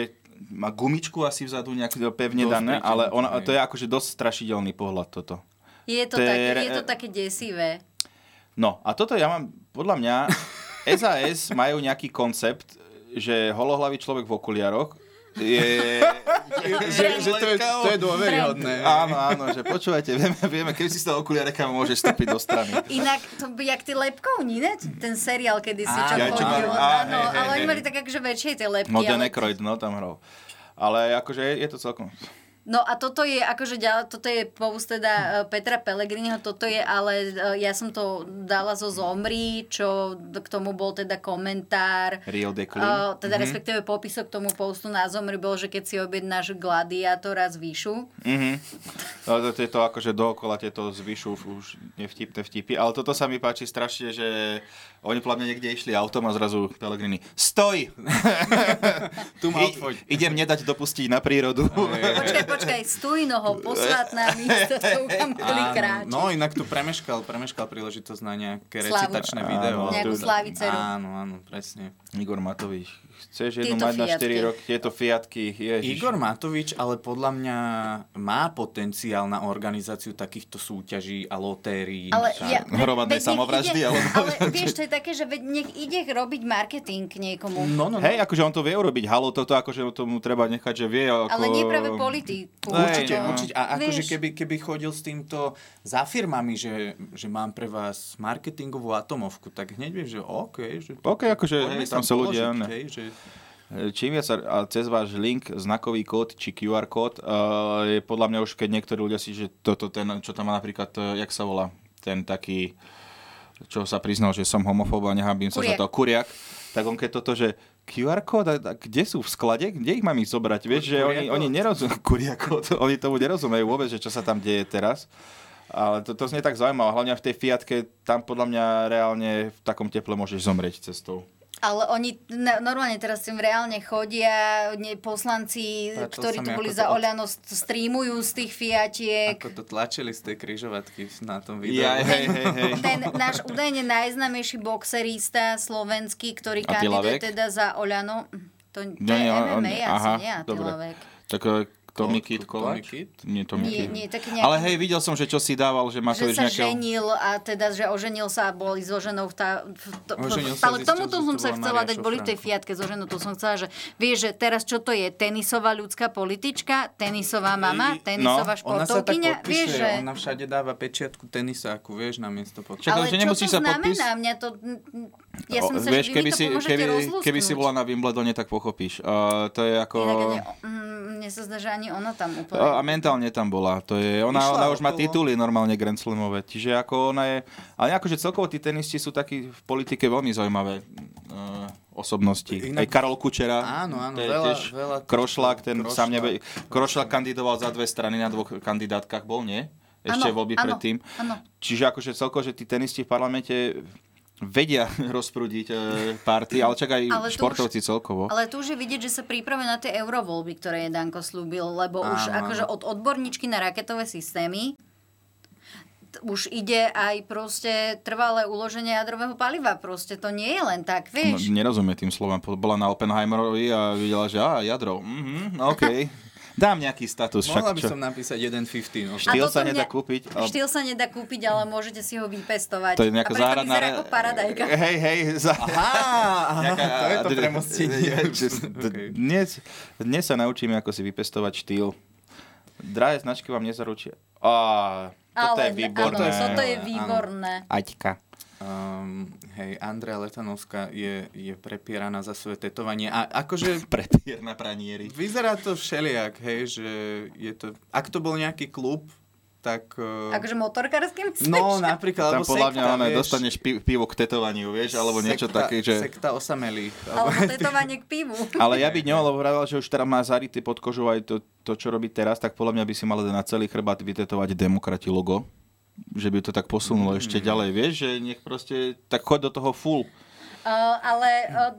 Speaker 5: má gumičku asi vzadu nejak pevne
Speaker 6: Dosť
Speaker 5: dané, ale
Speaker 6: priťahnutý,
Speaker 5: ona,
Speaker 6: hej.
Speaker 5: to je akože dosť strašidelný pohľad toto.
Speaker 4: Je to,
Speaker 5: To je
Speaker 4: také,
Speaker 5: re-
Speaker 4: je to také desivé.
Speaker 5: No a toto ja mám, podľa mňa, SAS majú nejaký koncept, že holohlavý človek v okuliaroch je,
Speaker 6: že, že to, je, to je dôveryhodné.
Speaker 5: Áno, áno, že počúvajte, vieme, vieme keď si z toho okuliare, kam môžeš vstúpiť do strany.
Speaker 4: Inak to by jak ty lepkovní, ne? Ten seriál, kedy si čo
Speaker 5: Á, ja čo
Speaker 4: chodil.
Speaker 5: mám. Á,
Speaker 4: Áno,
Speaker 5: hej, hej,
Speaker 4: ale oni
Speaker 5: hej.
Speaker 4: mali tak akože väčšie tie lepky.
Speaker 5: Modern
Speaker 4: ale-
Speaker 5: Aykroyd, no tam hral. Ale akože je, je to celkom...
Speaker 4: No a toto je, akože ďal, toto je pouz teda e, Petra Pellegriniho, toto je, ale e, ja som to dala zo Zomri, čo d- k tomu bol teda komentár.
Speaker 5: Rio de Clean.
Speaker 4: E, teda
Speaker 5: Mhm.
Speaker 4: respektíve popisok k tomu poustu na Zomri bol, že keď si objednáš gladiátora z výšu,
Speaker 5: Mhm. No, to- tieto akože dookola tieto zvyšu f- už nevtipné vtipy, ale toto sa mi páči strašne, že oni podľa mňa niekde išli autom a zrazu Pelegrini, stoj! tu ma odfoď. Idem nedať dopustiť na prírodu.
Speaker 4: Počkaj, počkaj, stúj nohou, posvát na místo, kam boli kráči.
Speaker 6: no inak tu premeškal, premeškal príležitosť na nejaké
Speaker 4: Slavu.
Speaker 6: recitačné
Speaker 5: Áno,
Speaker 6: video.
Speaker 4: Nejakú
Speaker 5: tu-
Speaker 4: Slaviceru.
Speaker 6: Áno, áno, presne.
Speaker 5: Igor Matovič, chceš jednu
Speaker 6: Tieto
Speaker 5: mať na 4
Speaker 6: fiatky.
Speaker 5: roky, tieto fiatky, ježiš.
Speaker 6: Igor Matovič ale podľa mňa má potenciál na organizáciu takýchto súťaží a lotérií.
Speaker 4: Ale
Speaker 6: a
Speaker 4: ja-
Speaker 5: Hromadné
Speaker 4: veď nech
Speaker 5: samovraždy,
Speaker 4: ide-
Speaker 5: alebo...
Speaker 4: Ale vieš, to je také, že veď nech ide robiť marketing niekomu.
Speaker 6: No,
Speaker 5: Hej, akože on to vie urobiť, halo, toto akože tomu treba nechať, že vie ako...
Speaker 4: Ale nie práve politiku.
Speaker 6: Určite,
Speaker 4: Hej, no.
Speaker 6: určite. A akože
Speaker 4: Vieš.
Speaker 6: keby, keby chodil s týmto za firmami, že, že mám pre vás marketingovú atomovku, tak hneď vieš, že OK. Že
Speaker 5: OK, akože
Speaker 6: poďme
Speaker 5: tam sa ľudia,
Speaker 6: položiť,
Speaker 5: ne.
Speaker 6: hej, že...
Speaker 5: Čím viac sa- a cez váš link, znakový kód či QR kód, uh, je podľa mňa už, keď niektorí ľudia si, že toto ten, čo tam má napríklad, eh, jak sa volá, ten taký, čo sa priznal, že som homofób a nehábim sa za
Speaker 6: Kuriak.
Speaker 5: to, kuriak, tak on keď toto, že QR kód, a, a kde sú v sklade, kde ich mám ísť zobrať, vieš, že oni,
Speaker 6: Kuriakód?
Speaker 5: oni nerozumejú, kuriak kód, oni tomu nerozumejú vôbec, že čo sa tam deje teraz. Ale to, to znie tak zaujímavé, hlavne v tej Fiatke, tam podľa mňa reálne v takom teple môžeš zomrieť cestou.
Speaker 4: Ale oni na- normálne teraz tým reálne chodia, nie, poslanci,
Speaker 6: A to sa
Speaker 4: ktorí tu
Speaker 6: mi
Speaker 4: boli
Speaker 6: ako to
Speaker 4: za
Speaker 6: od-
Speaker 4: Oľano, st- streamujú z tých fiatiek.
Speaker 6: Ako to tlačili z tej kryžovatky na tom videu.
Speaker 5: Jaj, hej, hej, hej.
Speaker 4: Ten náš údajne najznámejší boxerista slovenský, ktorý
Speaker 5: Attila
Speaker 4: kandiduje
Speaker 5: Vek?
Speaker 4: teda za Oľano, to, to
Speaker 5: No
Speaker 4: je
Speaker 5: Nie, nie, on- on-
Speaker 4: MMA, asi
Speaker 5: aha,
Speaker 4: nie
Speaker 5: dobre.
Speaker 4: Attila Vek.
Speaker 5: Tak eh, Tommy Kid Koláč?
Speaker 6: Kid?
Speaker 5: Nie, Tommy
Speaker 4: Nie,
Speaker 5: Kid.
Speaker 4: nie, taký nejaký-
Speaker 5: Ale hej, videl som, že čo si dával,
Speaker 4: že
Speaker 5: že Matovič
Speaker 4: sa
Speaker 5: nejakého...
Speaker 4: ženil a teda, že oženil sa a boli so ženou v tá... V to,
Speaker 5: Oženil
Speaker 4: v,
Speaker 5: sa,
Speaker 4: ale k
Speaker 5: zistil,
Speaker 4: tomuto
Speaker 5: že
Speaker 4: som
Speaker 5: to
Speaker 4: sa
Speaker 5: bola
Speaker 4: chcela
Speaker 5: Mária
Speaker 4: dať, boli v tej fiatke so ženou, to som chcela, že vieš, že teraz čo to je, tenisová ľudská politička, tenisová mama,
Speaker 5: no,
Speaker 4: tenisová
Speaker 6: ona sa tak
Speaker 4: športovkyňa,
Speaker 6: podpisuje,
Speaker 4: vieš, že...
Speaker 6: ona všade dáva pečiatku tenisáku, vieš, na miesto pod.
Speaker 4: ale čo to znamená? Mňa to... Ja som
Speaker 5: O,
Speaker 4: sa, že vy mi to pomôžete
Speaker 5: keby,
Speaker 4: rozlúsknuť.
Speaker 5: keby si bola na Wimbledone, tak pochopíš. Uh, to je ako...
Speaker 4: Inak ani- mm, Mne sa zdá, že ani ona tam úplne...
Speaker 5: A mentálne tam bola. To je, ona,
Speaker 4: Išla
Speaker 5: ona už má
Speaker 4: okolo.
Speaker 5: tituly normálne Grand Slamové. Čiže ako ona je... Ale akože celkovo tí tenisti sú takí v politike veľmi zaujímavé eh, osobnosti.
Speaker 6: Inak-
Speaker 5: Aj Karol Kučera.
Speaker 6: Áno, áno,
Speaker 5: to je
Speaker 6: veľa-
Speaker 5: tiež
Speaker 6: veľa týchto-
Speaker 5: Krošlák, ten
Speaker 6: Krošlák.
Speaker 5: sám nebe... Krošlák kandidoval za dve strany na dvoch kandidátkach, bol nie? Ešte
Speaker 4: Áno,
Speaker 5: voľby
Speaker 4: áno,
Speaker 5: predtým.
Speaker 4: áno.
Speaker 5: Čiže akože celkovo, že tí tenisti v parlamente vedia rozprúdiť e, party, ale čak aj
Speaker 4: Ale tu už-
Speaker 5: športovci celkovo.
Speaker 4: Ale tu už je vidieť, že sa príprave na tie eurovoľby, ktoré je Danko slúbil, lebo už
Speaker 5: Áno, áno.
Speaker 4: akože od odborníčky na raketové systémy t- už ide aj proste trvalé uloženie jadrového paliva. Proste to nie je len tak, vieš.
Speaker 5: No, nerozumie tým slovám. Po- Bola na Oppenheimerovi a videla, že á, jadro, mhm, OK. Dám nejaký status.
Speaker 6: Mohla
Speaker 5: Však,
Speaker 6: by
Speaker 5: čo?
Speaker 6: som napísať 1.15. No.
Speaker 4: A
Speaker 5: Štýl
Speaker 4: toto
Speaker 5: sa nedá
Speaker 4: mňa-
Speaker 5: kúpiť. ale-
Speaker 4: Štýl sa nedá kúpiť, ale môžete si ho vypestovať.
Speaker 5: To je
Speaker 4: a
Speaker 5: nejaká
Speaker 4: preto
Speaker 5: záhradná
Speaker 4: vyzerá
Speaker 5: re-
Speaker 4: ako paradajka.
Speaker 5: Hej, hej. Za...
Speaker 6: Aha, aha, to je to
Speaker 5: d- d-
Speaker 6: premostenie.
Speaker 5: d- d-
Speaker 6: Okej.
Speaker 5: Dnes, dnes sa naučíme, ako si vypestovať štýl. Drahé značky vám nezaručia. Á, toto je
Speaker 4: Ale-
Speaker 5: výborné.
Speaker 4: áno, toto je výborné.
Speaker 5: Aťka.
Speaker 6: Um, hej, Andrea Letanovská je, je prepieraná za svoje tetovanie a akože...
Speaker 5: Prepier na pranieri.
Speaker 6: Vyzerá to všelijak, hej, že je to... Ak to bol nejaký klub, tak... Uh...
Speaker 4: Akože motorkársky myslíš?
Speaker 6: No, napríklad,
Speaker 5: Tam
Speaker 6: alebo
Speaker 5: podľa mňa
Speaker 6: sekta,
Speaker 5: ono je,
Speaker 6: vieš.
Speaker 5: dostaneš pi- pivo k tetovaniu, vieš, alebo niečo
Speaker 6: Sekta-
Speaker 5: také, že...
Speaker 6: Sekta osamelých.
Speaker 4: Alebo tetovanie k pivu.
Speaker 5: Ale ja by ňou, lebo vravel, že už teraz má zarity pod kožou aj to, to, čo robí teraz, tak podľa mňa by si mal na celý chrbát vytetovať demokrati logo. Že by to tak posunulo ešte ďalej, vieš, že nech proste, tak choď do toho full.
Speaker 4: Uh, ale uh,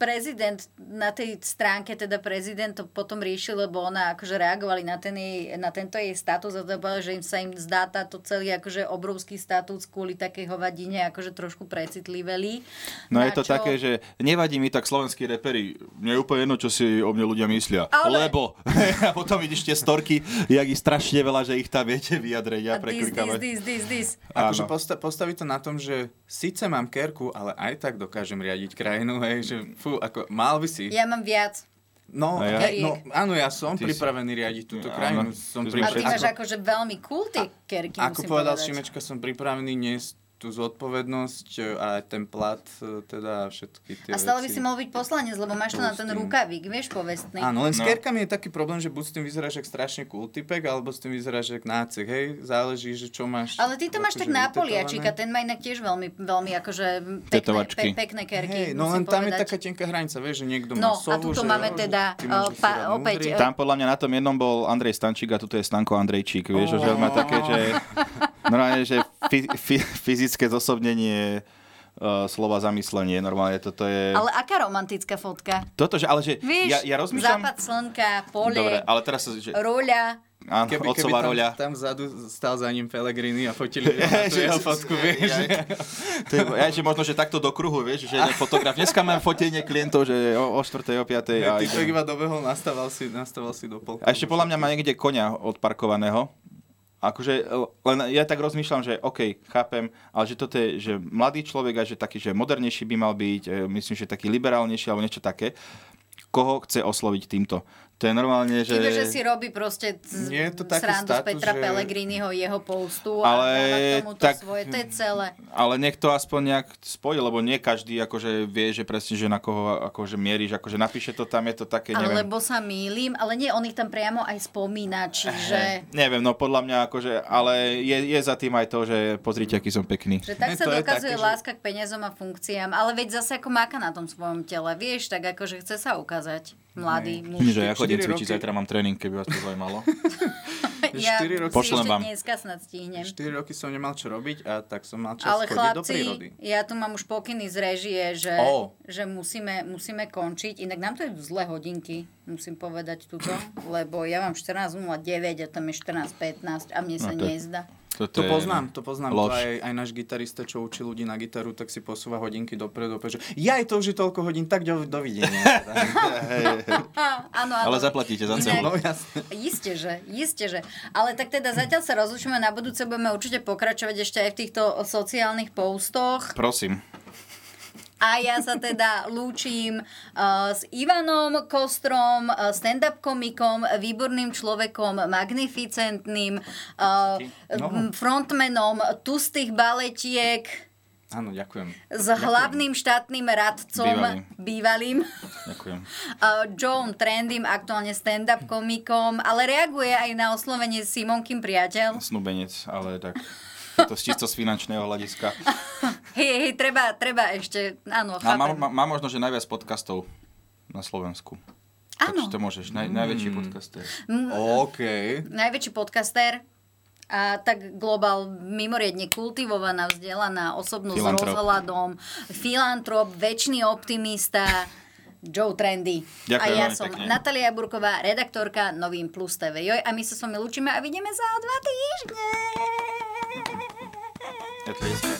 Speaker 4: prezident na tej stránke, teda prezident to potom riešil, lebo ona akože reagovali na, ten jej, na tento jej status a to bolo, že im sa im zdá táto celý akože obrovský status kvôli takej hovadine akože trošku precitliveli.
Speaker 5: No
Speaker 4: Na
Speaker 5: je to
Speaker 4: čo-
Speaker 5: také, že nevadí mi tak slovenskí reperi, mne je úplne jedno, čo si o mne ľudia myslia,
Speaker 4: Ale-
Speaker 5: lebo a potom vidíš tie storky, jak ich strašne veľa, že ich tam viete vyjadreť a
Speaker 4: This, this,
Speaker 5: preklikávať.
Speaker 4: this, this, this.
Speaker 6: Akože
Speaker 5: Áno.
Speaker 6: posta- postaviť to na tom, že síce mám kerku, ale aj tak dokážem riadiť krajinu, hej, že fú, ako mal by si.
Speaker 4: Ja mám viac.
Speaker 6: No,
Speaker 5: A ja?
Speaker 6: hej, no,
Speaker 4: Riek.
Speaker 6: áno, ja som
Speaker 5: Ty si-
Speaker 6: pripravený riadiť túto
Speaker 5: Áno,
Speaker 6: krajinu.
Speaker 5: ty
Speaker 6: Som
Speaker 5: sme
Speaker 4: A ty máš
Speaker 6: pripravený.
Speaker 4: akože veľmi cool tie kerky,
Speaker 6: Ako
Speaker 4: musím
Speaker 6: povedal
Speaker 4: povedať.
Speaker 6: Šimečka, som pripravený niesť tú zodpovednosť e, a aj ten plat, e, teda všetky tie
Speaker 4: A stále by
Speaker 6: veci.
Speaker 4: si mal byť poslanec, lebo máš to na ten rukavík, vieš, povestný.
Speaker 6: Áno,
Speaker 5: No.
Speaker 6: len s kerkami je taký problém, že buď s tým vyzeráš jak strašne cool typek, alebo s tým vyzeráš jak nácek, hej? Záleží, že čo máš.
Speaker 4: Ale ty to máš tak
Speaker 6: akože
Speaker 4: na
Speaker 6: vytetované.
Speaker 4: poliačika, ten má inak tiež veľmi, veľmi akože pekné,
Speaker 6: Tetovačky.
Speaker 4: pe, pekné kerky.
Speaker 6: Hej, no
Speaker 4: musím
Speaker 6: len tam je
Speaker 4: povedať.
Speaker 6: taká tenká hranica, vieš, že niekto má
Speaker 4: No a
Speaker 6: sovu,
Speaker 4: tuto
Speaker 6: že
Speaker 4: máme teda
Speaker 6: ty
Speaker 4: uh,
Speaker 6: môžeš si dať
Speaker 4: pa,
Speaker 6: múdry.
Speaker 4: opäť...
Speaker 5: Tam podľa mňa na tom jednom bol Andrej Stančík a tuto je Stanko Andrejčík. Vieš, že on má také, že, normálne, že fi, fi, fyzické zosobnenie uh, slova zamyslenie. Normálne toto je...
Speaker 4: Ale aká romantická fotka.
Speaker 5: Toto, že, ale že
Speaker 4: Vieš,
Speaker 5: ja, ja rozmýšľam...
Speaker 4: západ slnka, pole,
Speaker 5: Dobre, ale teraz... Že,
Speaker 4: roľa.
Speaker 5: áno,
Speaker 6: Keby, keby
Speaker 5: otcová
Speaker 6: tam,
Speaker 5: roľa.
Speaker 6: tam vzadu stál za ním Pellegrini a fotili ho na tú
Speaker 5: Že-
Speaker 6: jeho fotku, vieš.
Speaker 5: Ja-
Speaker 6: že-
Speaker 5: To je, ja, že možno, že takto do kruhu, vieš, že jeden fotograf. Dneska mám fotenie klientov, že o, o 4. o 5.
Speaker 6: Ty
Speaker 5: A,
Speaker 6: to
Speaker 5: idem.
Speaker 6: iba dobehol, nastával si, nastával si do polku.
Speaker 5: a ešte podľa mňa má niekde konia odparkovaného. Akože, l- len ja tak rozmýšľam, že OK, chápem, ale že toto je, že mladý človek a že taký, že modernejší by mal byť, e, myslím, že taký liberálnejší alebo niečo také. Koho chce osloviť týmto? To je normálne, že...
Speaker 4: Čiže že si robí proste z,
Speaker 6: Nie je to taký
Speaker 4: srandu z
Speaker 6: status,
Speaker 4: Petra
Speaker 6: že-
Speaker 4: Pellegriniho, jeho postu
Speaker 5: Ale
Speaker 4: a dáva k tomuto
Speaker 5: tak-
Speaker 4: svoje, to je celé.
Speaker 5: Ale nech to aspoň nejak spojí, lebo nie každý akože vie, že presne, že na koho akože mieríš, akože napíše to tam, je to také, neviem.
Speaker 4: Alebo sa mýlim, ale nie, on ich tam priamo aj spomína, čiže...
Speaker 5: Neviem, no podľa mňa akože, ale je, je za tým aj to, že pozrite, aký som pekný.
Speaker 4: Že tak sa dokazuje láska k peniazom a funkciám, ale veď zase ako máka na tom svojom tele, vieš, tak akože chce sa ukázať mladý muž.
Speaker 5: Nie, Hm, že ja chodím
Speaker 6: Štyri
Speaker 5: cvičiť,
Speaker 6: roky.
Speaker 5: zajtra mám tréning, keby vás to zaujímalo.
Speaker 4: ja
Speaker 6: štyri roky-
Speaker 4: si
Speaker 5: Pošlem
Speaker 4: ešte
Speaker 5: vám.
Speaker 4: dneska snad stihnem.
Speaker 6: 4 roky som nemal čo robiť a tak som mal čas
Speaker 4: Ale
Speaker 6: chodiť do prírody.
Speaker 4: chlapci, ja tu mám už pokyny z režie, že,
Speaker 6: Ó.
Speaker 4: že musíme, musíme končiť. Inak nám to je zle hodinky, musím povedať tuto, lebo ja mám 14.09 a tam je 14.15 a mne sa
Speaker 6: No to je-
Speaker 4: nezdá.
Speaker 6: To, to poznám, to poznám. To
Speaker 5: lož.
Speaker 6: aj, aj náš gitarista, čo učí ľudí na gitaru, tak si posúva hodinky dopredu. Opäť, že jaj, to už je toľko hodín, tak do, dovidenia. Teda.
Speaker 4: Á, Áno, áno.
Speaker 5: ale zaplatíte za
Speaker 4: Inak-
Speaker 6: No,
Speaker 5: celú.
Speaker 4: Isté, že, isté, že. Ale tak teda zatiaľ sa rozlučíme, na budúce budeme určite pokračovať ešte aj v týchto sociálnych postoch.
Speaker 5: Prosím.
Speaker 4: A ja sa teda lúčim uh, s Ivanom Kostrom, uh, stand-up komikom, výborným človekom, magnificentným, uh,
Speaker 6: No.
Speaker 4: m, frontmanom tustých baletiek,
Speaker 6: Áno, ďakujem.
Speaker 4: s hlavným štátnym radcom, bývalým.
Speaker 5: Ďakujem.
Speaker 4: Uh, John Trendym, aktuálne stand-up komikom, ale reaguje aj na oslovenie Simonkým priateľ.
Speaker 5: Snúbenec, ale tak... je To čisto z finančného hľadiska.
Speaker 4: Hej, hej, treba, treba ešte, áno,
Speaker 5: A má,
Speaker 4: chápem.
Speaker 5: má, má možno, že najviac podcastov na Slovensku. Áno. Takže to môžeš, naj, najväčší
Speaker 6: Hmm.
Speaker 5: podcaster.
Speaker 4: Mm.
Speaker 5: OK.
Speaker 4: Najväčší podcaster a tak globál mimoriadne kultivovaná, vzdelaná, osobnosť s
Speaker 5: Filantrop.
Speaker 4: rozhľadom, filantrop, väčší optimista, Joe Trendy. a
Speaker 5: Ďakujem
Speaker 4: ja
Speaker 5: veľmi
Speaker 4: som
Speaker 5: pekne.
Speaker 4: Natalia Burková, redaktorka Novým Plus TV. Joj, a my sa s vami lúčime a vidíme za dva týždne.
Speaker 5: Ja to je